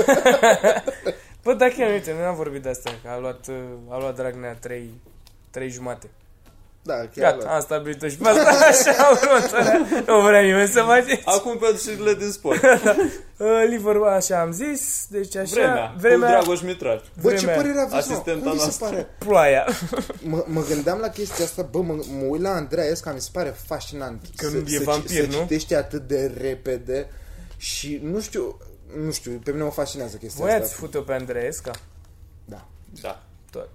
Speaker 2: Bă, dacă nu, uite, noi n-am vorbit de asta, că a luat, uh, a luat Dragnea 3, 3 jumate.
Speaker 4: Da, chiar
Speaker 2: Gata,
Speaker 4: la-
Speaker 2: am stabilit-o și pe asta, *laughs* așa, următoarea. da. Nu vrea nimeni să faceți.
Speaker 3: Acum pentru știrile din *laughs* sport.
Speaker 2: Uh, Liverpool, așa am zis, deci așa,
Speaker 3: Vremea. Vremea. Cu Dragoș Mitrar.
Speaker 4: Bă, ce
Speaker 2: vremea.
Speaker 4: părere aveți, mă?
Speaker 3: Asistenta
Speaker 4: Cum vi se
Speaker 3: noastră.
Speaker 4: pare?
Speaker 2: ploaia.
Speaker 4: Mă, mă gândeam la chestia asta, bă, mă, mă uit la Andreescu, mi se pare fascinant.
Speaker 2: Că
Speaker 4: să,
Speaker 2: nu e
Speaker 4: să, ci-
Speaker 2: vampir,
Speaker 4: să
Speaker 2: nu?
Speaker 4: citești atât de repede și nu știu, nu știu, pe mine mă fascinează chestia
Speaker 2: Voi ați
Speaker 4: asta.
Speaker 2: fut-o pe Andreesca?
Speaker 4: Da.
Speaker 3: Da.
Speaker 2: To-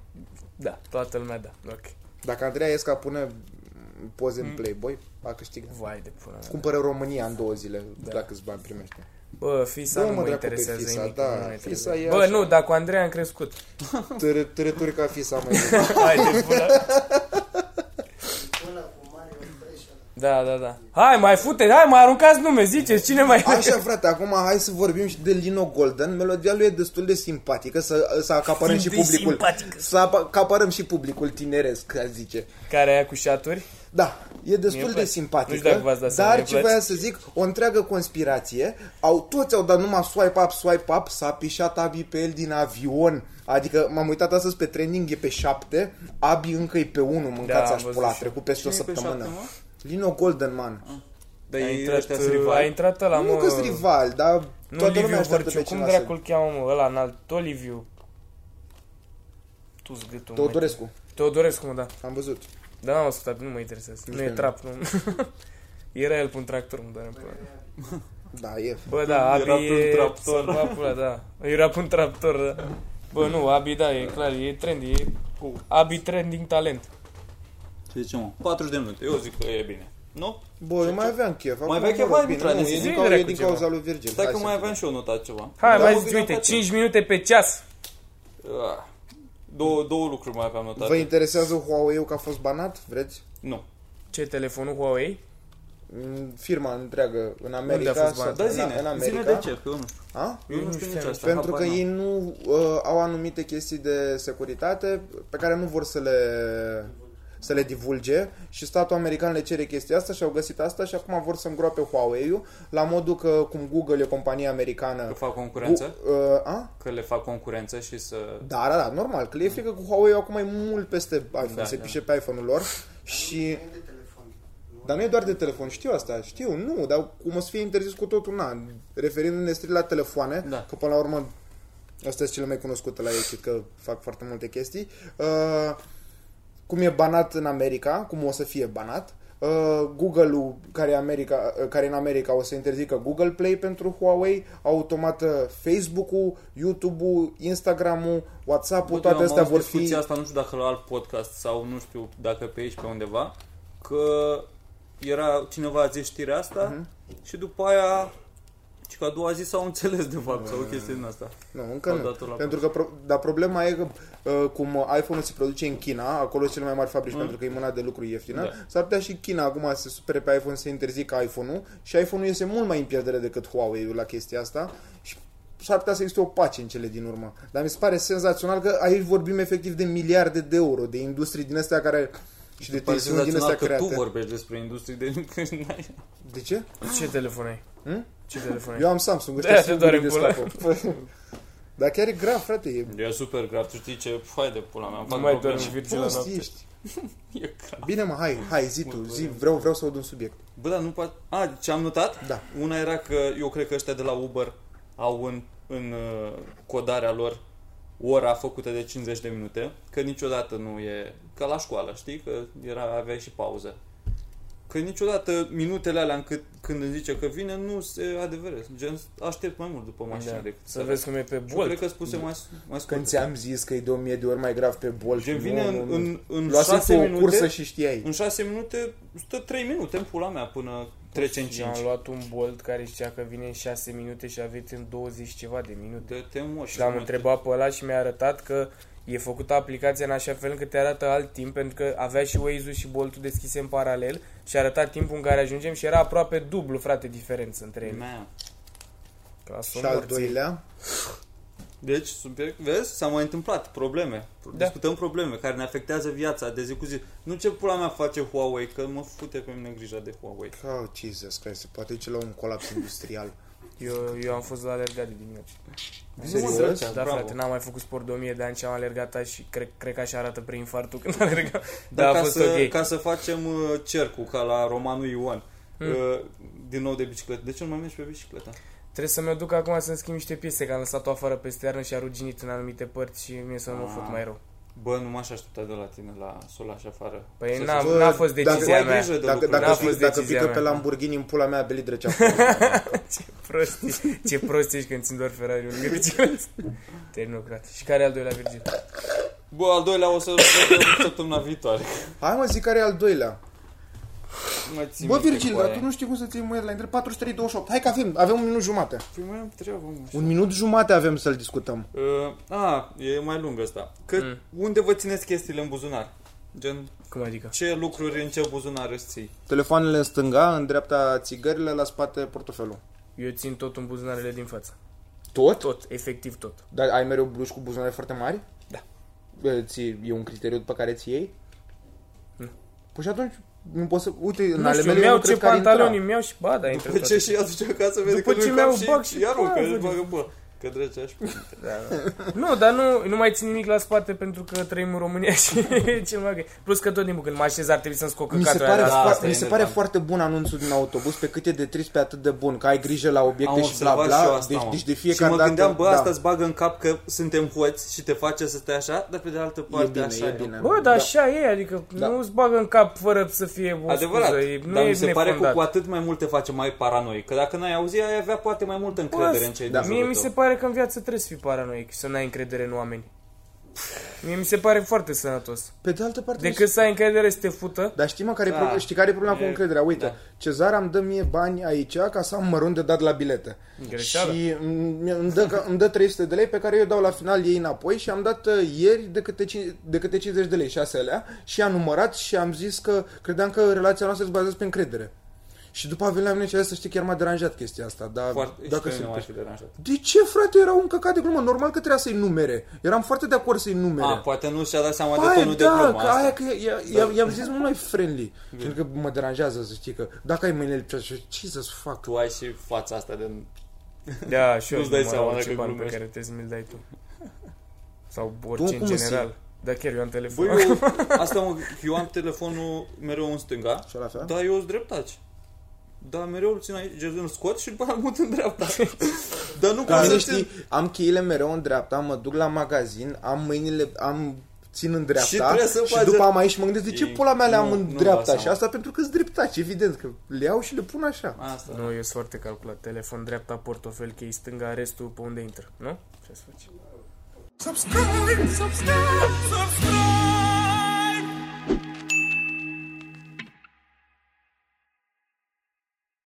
Speaker 2: da, toată lumea da. Ok.
Speaker 4: Dacă Andreescu pune mm, poze în Playboy, a câștigat.
Speaker 2: Vai de pula mea.
Speaker 4: Cumpără România în două zile, da. dacă îți bani primește.
Speaker 2: Bă, Fisa
Speaker 4: Dă-mă,
Speaker 2: nu mă
Speaker 4: dracu, pe
Speaker 2: interesează
Speaker 4: Fisa,
Speaker 2: nimic.
Speaker 4: da,
Speaker 2: nu mă
Speaker 4: Fisa
Speaker 2: interesează.
Speaker 4: e
Speaker 2: Bă,
Speaker 4: așa.
Speaker 2: nu, dar cu Andrei am crescut.
Speaker 4: Târă- Târături ca fi să
Speaker 2: *laughs*
Speaker 4: mai
Speaker 2: Hai de pula.
Speaker 5: Ăla cu Mario Fresh, ăla.
Speaker 2: Da, da, da. Hai, mai fute, hai, mai aruncați nume, ziceți, cine mai...
Speaker 4: Așa, frate, acum hai să vorbim și de Lino Golden. Melodia lui e destul de simpatică, să, să acaparăm și
Speaker 2: Fiind
Speaker 4: publicul.
Speaker 2: simpatică.
Speaker 4: Să apa- acaparăm și publicul tineresc, ca zice.
Speaker 2: *laughs* Care aia cu șaturi?
Speaker 4: Da, e
Speaker 2: Mie
Speaker 4: destul de
Speaker 2: îmi place. Nu știu
Speaker 4: simpatică,
Speaker 2: dacă v-ați dat seama,
Speaker 4: dar
Speaker 2: mie
Speaker 4: ce
Speaker 2: îmi place.
Speaker 4: voia să zic, o întreagă conspirație, au, toți au dat numai swipe up, swipe up, s-a pișat Abi pe el din avion, adică m-am uitat astăzi pe trending, e pe 7, Abi încă e pe 1, mâncați
Speaker 2: am
Speaker 4: aș
Speaker 2: văzut
Speaker 4: pula, a
Speaker 2: Da, și eu.
Speaker 4: trecut peste o
Speaker 3: Cine e pe
Speaker 4: săptămână.
Speaker 3: șapte, mă?
Speaker 4: Lino Goldenman. Da,
Speaker 3: Dar
Speaker 2: A
Speaker 3: ei
Speaker 2: intrat,
Speaker 3: ăștia sunt
Speaker 2: a
Speaker 3: rivali.
Speaker 2: intrat ăla,
Speaker 4: nu
Speaker 2: Da, mă...
Speaker 4: că rival, dar
Speaker 2: Nu
Speaker 4: toată lumea
Speaker 2: Liviu
Speaker 4: așteaptă
Speaker 2: Hărciu,
Speaker 4: pe
Speaker 2: cum
Speaker 4: cineva să...
Speaker 2: dracu îl cheamă, mă, ăla înalt, Oliviu. Tu zgâtul, mă.
Speaker 4: Teodorescu,
Speaker 2: Teodorescu, mă, da.
Speaker 4: am văzut.
Speaker 2: Da, n-am ascultat, nu mă interesează.
Speaker 4: Nu
Speaker 2: Nu e
Speaker 4: știu.
Speaker 2: trap, nu. *laughs* Era el pe un tractor, mă, dar în pula.
Speaker 4: Da, e.
Speaker 2: Bă, da,
Speaker 3: Era
Speaker 2: Abi
Speaker 3: pe un
Speaker 2: e...
Speaker 3: tractor.
Speaker 2: salva pula, da. Era pe un tractor, da. Bă, nu, Abi, da, e clar, e trend, e... Abi trending talent.
Speaker 3: Ce zice, mă? 40 de minute. Eu zic că e bine. Nu?
Speaker 4: Bă, eu mai aveam chef. acum
Speaker 3: aveai
Speaker 4: mă
Speaker 3: chef?
Speaker 4: rog,
Speaker 3: Hai,
Speaker 4: bine,
Speaker 3: Mitra,
Speaker 4: nu,
Speaker 3: ne
Speaker 4: e
Speaker 3: zi
Speaker 4: din,
Speaker 2: de
Speaker 4: cau-
Speaker 2: dracu
Speaker 4: e din
Speaker 2: ceva.
Speaker 4: cauza lui Virgil.
Speaker 3: Stai
Speaker 4: Hai
Speaker 3: că
Speaker 4: să
Speaker 3: mai
Speaker 4: vedem.
Speaker 3: aveam și eu notat ceva. Da.
Speaker 2: Hai,
Speaker 4: Da,
Speaker 3: Dar
Speaker 2: mai
Speaker 3: mă
Speaker 2: zi,
Speaker 3: gândeam
Speaker 2: uite,
Speaker 3: la ce.
Speaker 2: 5 minute pe ceas.
Speaker 3: Ah. Două, două lucruri mai aveam notate.
Speaker 4: Vă interesează Huawei-ul că a fost banat? Vreți?
Speaker 3: Nu.
Speaker 2: Ce, telefonul Huawei?
Speaker 4: Mm, Firma întreagă în America.
Speaker 2: Unde a fost
Speaker 4: sau-
Speaker 2: banat?
Speaker 3: Dar
Speaker 4: Da, în- în
Speaker 3: zine,
Speaker 4: America.
Speaker 3: zine de ce, că eu nu știu.
Speaker 4: A?
Speaker 3: Eu nu știu nici asta.
Speaker 4: Pentru că
Speaker 3: habar
Speaker 4: ei
Speaker 3: n-am.
Speaker 4: nu uh, au anumite chestii de securitate pe care nu vor să le să le divulge și statul american le cere chestia asta și au găsit asta și acum vor să îngroape Huawei-ul la modul că cum Google e o companie
Speaker 3: Că
Speaker 4: americană.
Speaker 3: fac concurență?
Speaker 4: Gu- uh, a?
Speaker 3: Că le fac concurență și să...
Speaker 4: Da, da, da, normal, că le e frică că Huawei acum e mult peste iPhone,
Speaker 3: Da,
Speaker 4: se
Speaker 3: da.
Speaker 4: pișe pe iPhone-ul lor și...
Speaker 5: Nu de telefon. Nu.
Speaker 4: Dar nu e doar de telefon, știu asta, știu, nu, dar cum o să fie interzis cu totul, na, referindu-ne strict la telefoane,
Speaker 3: Da.
Speaker 4: că până la urmă, astea sunt cele mai cunoscute la ei, chit că fac foarte multe chestii, uh, cum e banat în America, cum o să fie banat, uh, Google-ul care, e America, uh, care e în America o să interzică Google Play pentru Huawei, automat uh, Facebook-ul, YouTube-ul, Instagram-ul,
Speaker 3: Bă,
Speaker 4: WhatsApp-ul,
Speaker 3: eu am
Speaker 4: toate astea
Speaker 3: auzit
Speaker 4: vor
Speaker 3: discuția
Speaker 4: fi...
Speaker 3: asta, nu știu dacă la alt podcast sau nu știu dacă pe aici, pe undeva, că era cineva a zis știrea asta
Speaker 4: Mhm.
Speaker 3: și după aia și că a doua zi s-au înțeles de fapt sau o chestie din asta.
Speaker 4: Nu, încă
Speaker 3: Au
Speaker 4: nu.
Speaker 3: dat-o la
Speaker 4: Pentru că pro- dar problema e că uh, cum iPhone-ul se produce în China, acolo sunt cele mai mari fabrici pentru că e mâna de lucru ieftină,
Speaker 3: Mm. Da.
Speaker 4: s-ar putea și China acum să se supere pe iPhone să interzică iPhone-ul și iPhone-ul iese mult mai în pierdere decât Huawei-ul la chestia asta și s-ar putea să existe o pace în cele din urmă. Dar mi se pare senzațional că aici vorbim efectiv de miliarde de euro, de industrii din astea care și de
Speaker 3: Pare
Speaker 4: tensiuni din
Speaker 3: senzațional
Speaker 4: astea
Speaker 3: că create. tu
Speaker 4: create.
Speaker 3: vorbești despre industrie de *laughs* lucruri. n-ai-
Speaker 4: De ce?
Speaker 2: Ce telefon ai?
Speaker 4: Hmm?
Speaker 2: Ce
Speaker 3: Păi.
Speaker 2: telefon ai?
Speaker 4: Eu am Samsung,
Speaker 2: De-aia
Speaker 4: ăștia
Speaker 2: te
Speaker 4: singurii de
Speaker 2: doare în
Speaker 4: scapă. *laughs* Dar chiar e grav, frate, e
Speaker 3: E super grav, tu știi ce fai de pula mea, îmi
Speaker 2: Nu
Speaker 3: fac
Speaker 2: mai
Speaker 3: probleme.
Speaker 2: dormi Virgil la
Speaker 4: prost
Speaker 2: noapte. *laughs*
Speaker 4: ești.
Speaker 3: E grav.
Speaker 4: Bine mă, hai, hai, zi tu, zi, vreau, vreau să aud un subiect.
Speaker 3: Bă, dar nu poate... A, ce am notat?
Speaker 4: Da.
Speaker 3: Una era că eu cred că ăștia de la Uber au în, în uh, codarea lor ora făcută de 50 de minute, că niciodată nu e... Ca la școală, știi? Că era, aveai și pauză. Că niciodată minutele alea încât, când îmi zice că vine, nu se adeveresc. Gen, aștept mai mult după mașină
Speaker 2: Da.
Speaker 3: decât
Speaker 2: Să vezi cum e pe
Speaker 3: Și eu cred
Speaker 2: Bolt.
Speaker 3: că spuse mai, mai
Speaker 4: Când
Speaker 3: scurt.
Speaker 4: ți-am zis că e de o mie de ori mai grav pe bol
Speaker 3: Gen, vine
Speaker 4: nu,
Speaker 3: în,
Speaker 4: nu, nu.
Speaker 3: în, în
Speaker 4: Luaseți
Speaker 3: 6
Speaker 4: tu o
Speaker 3: minute,
Speaker 4: cursă și știai.
Speaker 3: în 6 minute, stă 3 minute în pula mea până trece în 5.
Speaker 2: Eu am luat un Bolt care zicea că vine în 6 minute și a venit în 20 ceva de minute.
Speaker 3: De te moși.
Speaker 2: Și l-am întrebat pe ăla și mi-a arătat că e făcută aplicația în așa fel încât te arată alt timp, pentru că avea și Waze-ul și Bolt-ul deschise în paralel și arăta timpul în care ajungem și era aproape dublu, frate, diferență între ele.
Speaker 3: Man.
Speaker 2: Că la
Speaker 4: Și
Speaker 2: somn
Speaker 4: al
Speaker 2: morții.
Speaker 4: doilea,
Speaker 3: Deci, subiect, vezi, s-au mai întâmplat probleme.
Speaker 2: Da.
Speaker 3: Da. Discutăm probleme care ne afectează viața de zi cu zi. Nu ce pula mea face Huawei, că mă fute pe mine grija de Huawei.
Speaker 4: oh, Jesus Christ, se poate duce la un colaps industrial.
Speaker 2: Eu, eu am fost la alergat de dimineață.
Speaker 4: Serios?
Speaker 3: drăcea,
Speaker 2: Da,
Speaker 3: bravo.
Speaker 2: frate, n-am mai făcut sport de 1000 de ani și am alergat azi și cred, cred că așa arată prin infartul când *laughs* alergam.
Speaker 3: Dar
Speaker 2: Da, a
Speaker 3: ca,
Speaker 2: fost
Speaker 3: să,
Speaker 2: ok.
Speaker 3: ca să facem uh, cercul, ca la romanul Ioan, uh, din nou de bicicletă. De ce nu mai mergi pe bicicletă?
Speaker 2: Trebuie să mă duc acum să-mi schimb niște piese, că am lăsat-o afară peste iarnă și a ruginit în anumite părți și mie să nu mă
Speaker 3: Ah.
Speaker 2: făc mai rău.
Speaker 3: Bă, nu m-aș aștepta de la tine la sol așa afară.
Speaker 2: Păi
Speaker 3: Să-
Speaker 2: n-am-
Speaker 3: să-
Speaker 4: Bă,
Speaker 2: n-a fost
Speaker 4: dacă-
Speaker 2: decizia
Speaker 3: Ai
Speaker 2: mea.
Speaker 3: grijă de
Speaker 4: Dacă,
Speaker 3: lucruri.
Speaker 4: dacă,
Speaker 2: N-a
Speaker 4: fi,
Speaker 2: fost
Speaker 4: dacă
Speaker 2: decizia
Speaker 4: pică
Speaker 2: mea.
Speaker 4: pe Lamborghini în pula mea, Beli Drăcea.
Speaker 2: *laughs* Ce prost ești, ce prost ești când țin doar Ferrari-ul lângă
Speaker 3: *laughs*
Speaker 2: bicicletă. Termină, frate. Și care e al doilea, Virgil?
Speaker 3: Bă, al doilea o să vedem săptămâna viitoare.
Speaker 4: Hai mă, zic care e al doilea.
Speaker 3: Nu mai țin
Speaker 4: Bă,
Speaker 3: minte
Speaker 4: Virgil,
Speaker 3: cu
Speaker 4: dar
Speaker 3: aia.
Speaker 4: tu nu știi cum să ții mâine la între 43-28. Hai că avem, avem un minut jumate.
Speaker 3: Păi mai am treabă, mă.
Speaker 4: Un minut jumate avem să-l discutăm.
Speaker 3: Uh, a, e mai lung asta. Cât,
Speaker 2: Mm.
Speaker 3: Unde vă țineți chestiile în buzunar? Gen,
Speaker 2: Cum adică?
Speaker 3: ce lucruri în ce buzunar îți ții?
Speaker 4: Telefoanele în stânga, în dreapta țigările, la spate portofelul.
Speaker 2: Eu țin tot în buzunarele din față.
Speaker 4: Tot?
Speaker 2: Tot, efectiv tot.
Speaker 4: Dar ai mereu bluși cu buzunare foarte mari?
Speaker 2: Da.
Speaker 4: E, ți, e un criteriu după care ți iei? Păi și atunci nu poți să... Uite, în
Speaker 2: Nu
Speaker 4: ale
Speaker 2: știu,
Speaker 4: mele eu
Speaker 2: mi-au
Speaker 4: nu
Speaker 2: ce
Speaker 4: cred că ar intra.
Speaker 2: pantaloni, mi-au și ba, da, intră
Speaker 3: După Păi ce
Speaker 2: toate.
Speaker 3: și aduce acasă, vede
Speaker 2: După
Speaker 3: că
Speaker 2: ce
Speaker 3: nu-i
Speaker 2: mi-au
Speaker 3: cap și,
Speaker 2: bag
Speaker 3: și
Speaker 2: și
Speaker 3: iar
Speaker 2: pula,
Speaker 3: că îl
Speaker 2: vede.
Speaker 3: bagă, bă. Către aceeași
Speaker 4: Deci,
Speaker 2: Nu, dar nu, nu mai țin nimic la spate pentru că trăim în România *laughs* și e cel mai ok. Plus că tot timpul când mă așez ar trebui să-mi scot
Speaker 4: Mi se
Speaker 2: căcatul
Speaker 4: pare,
Speaker 2: ăla.
Speaker 3: da,
Speaker 4: da,
Speaker 3: asta e
Speaker 4: mi se pare
Speaker 3: enervant.
Speaker 4: foarte bun anunțul din autobuz, pe cât e de trist, pe atât de bun, că ai grijă la
Speaker 3: Am
Speaker 4: obiecte și deci, bla
Speaker 3: observat și eu
Speaker 4: bla.
Speaker 3: asta,
Speaker 4: Deci,
Speaker 3: mă.
Speaker 4: deci de
Speaker 3: și
Speaker 4: fiecare
Speaker 3: mă
Speaker 4: dată...
Speaker 3: gândeam, bă,
Speaker 4: da.
Speaker 3: asta îți bagă în cap că suntem hoți și te face să stai așa, dar pe de altă parte
Speaker 4: e bine,
Speaker 3: așa
Speaker 4: e bine.
Speaker 2: Bă, dar așa e, adică
Speaker 4: Da.
Speaker 2: nu îți bagă în cap fără să fie o
Speaker 3: Adevărat,
Speaker 2: scuză, Oh, e, nu
Speaker 3: dar
Speaker 2: e
Speaker 3: mi se pare că
Speaker 2: nefondat.
Speaker 3: cu atât mai mult te face mai paranoic, că dacă n-ai auzit, ai avea poate mai multă încredere în cei
Speaker 4: da.
Speaker 3: din
Speaker 2: Mie
Speaker 3: jurul
Speaker 2: mi
Speaker 3: tău.
Speaker 2: se pare că în viață trebuie să fii paranoic și să n-ai încredere în oameni. Mie mi se pare foarte sănătos.
Speaker 4: Pe de altă parte...
Speaker 2: Decât să ai încredere să te fută,
Speaker 4: Dar știi, mă, care e
Speaker 3: Da.
Speaker 4: pro- știi care e problema cu
Speaker 3: E-
Speaker 4: încrederea? Uite,
Speaker 3: da.
Speaker 4: Cezar îmi dă mie bani aici ca să am mărunt de dat la biletă.
Speaker 2: Greșeală.
Speaker 4: Și îmi, îmi dă, ca- îmi dă 300 de lei pe care eu dau la final ei înapoi și am dat uh, ieri de câte, cin- de câte 50 de lei, 6 alea, și am numărat și am zis că credeam că relația noastră se bazează pe încredere. Și după a venit la mine și a zis, să știi, chiar m-a deranjat chestia asta. Dar
Speaker 3: Foarte,
Speaker 4: dacă
Speaker 3: dacă și
Speaker 4: se
Speaker 3: pe mine m-aș
Speaker 4: întâmplă-
Speaker 3: fi deranjat.
Speaker 4: de ce, frate, era un căcat de glumă? Normal că trebuia să-i numere. Eram foarte de acord să-i numere.
Speaker 3: A, poate nu și-a dat seama de
Speaker 4: Aia,
Speaker 3: tonul
Speaker 4: da,
Speaker 3: de glumă
Speaker 4: că aia
Speaker 3: asta. Da.
Speaker 4: că i- i- i- i-am zis mult mai friendly. Pentru că mă deranjează să știi că dacă ai mâinile lipsate, și eu, Jesus, fuck.
Speaker 3: Tu ai și fața asta de...
Speaker 2: da, și eu
Speaker 3: Nu-ți dai
Speaker 2: numai
Speaker 3: seama
Speaker 2: orice
Speaker 3: dacă
Speaker 2: bani pe
Speaker 3: glumești.
Speaker 2: care trebuie să mi-l dai tu. Sau orice
Speaker 4: cum
Speaker 2: în
Speaker 4: simți?
Speaker 2: general. Da, chiar eu am telefon.
Speaker 3: Băi,
Speaker 4: *laughs*
Speaker 3: eu, asta mă, eu am telefonul mereu în stânga,
Speaker 4: Și la fel?
Speaker 3: dar eu sunt dreptaci. Dar mereu îl țin aici, gen, îl scot și după aia îl mut în
Speaker 4: *laughs*
Speaker 3: dreapta. dar nu
Speaker 4: Ca
Speaker 3: cum
Speaker 4: mine,
Speaker 3: să
Speaker 4: știi,
Speaker 3: știi.
Speaker 4: am cheile mereu în dreapta, mă duc la magazin, am mâinile, am țin în dreapta
Speaker 3: Și trebuie să
Speaker 4: și
Speaker 3: faci-
Speaker 4: după am aici și mă gândesc de ce
Speaker 3: Ei,
Speaker 4: pula mea le am
Speaker 3: nu-
Speaker 4: în
Speaker 3: nu-mi
Speaker 4: dreapta
Speaker 3: dau
Speaker 4: și
Speaker 3: seama.
Speaker 4: asta pentru că sunt dreptaci, evident că le iau și le pun așa.
Speaker 3: Asta.
Speaker 2: Nu, eu sunt foarte calculat. Telefon dreapta, portofel, chei stânga, restul pe unde intră, nu? Ce să faci?
Speaker 1: Subscribe, subscribe, subscribe.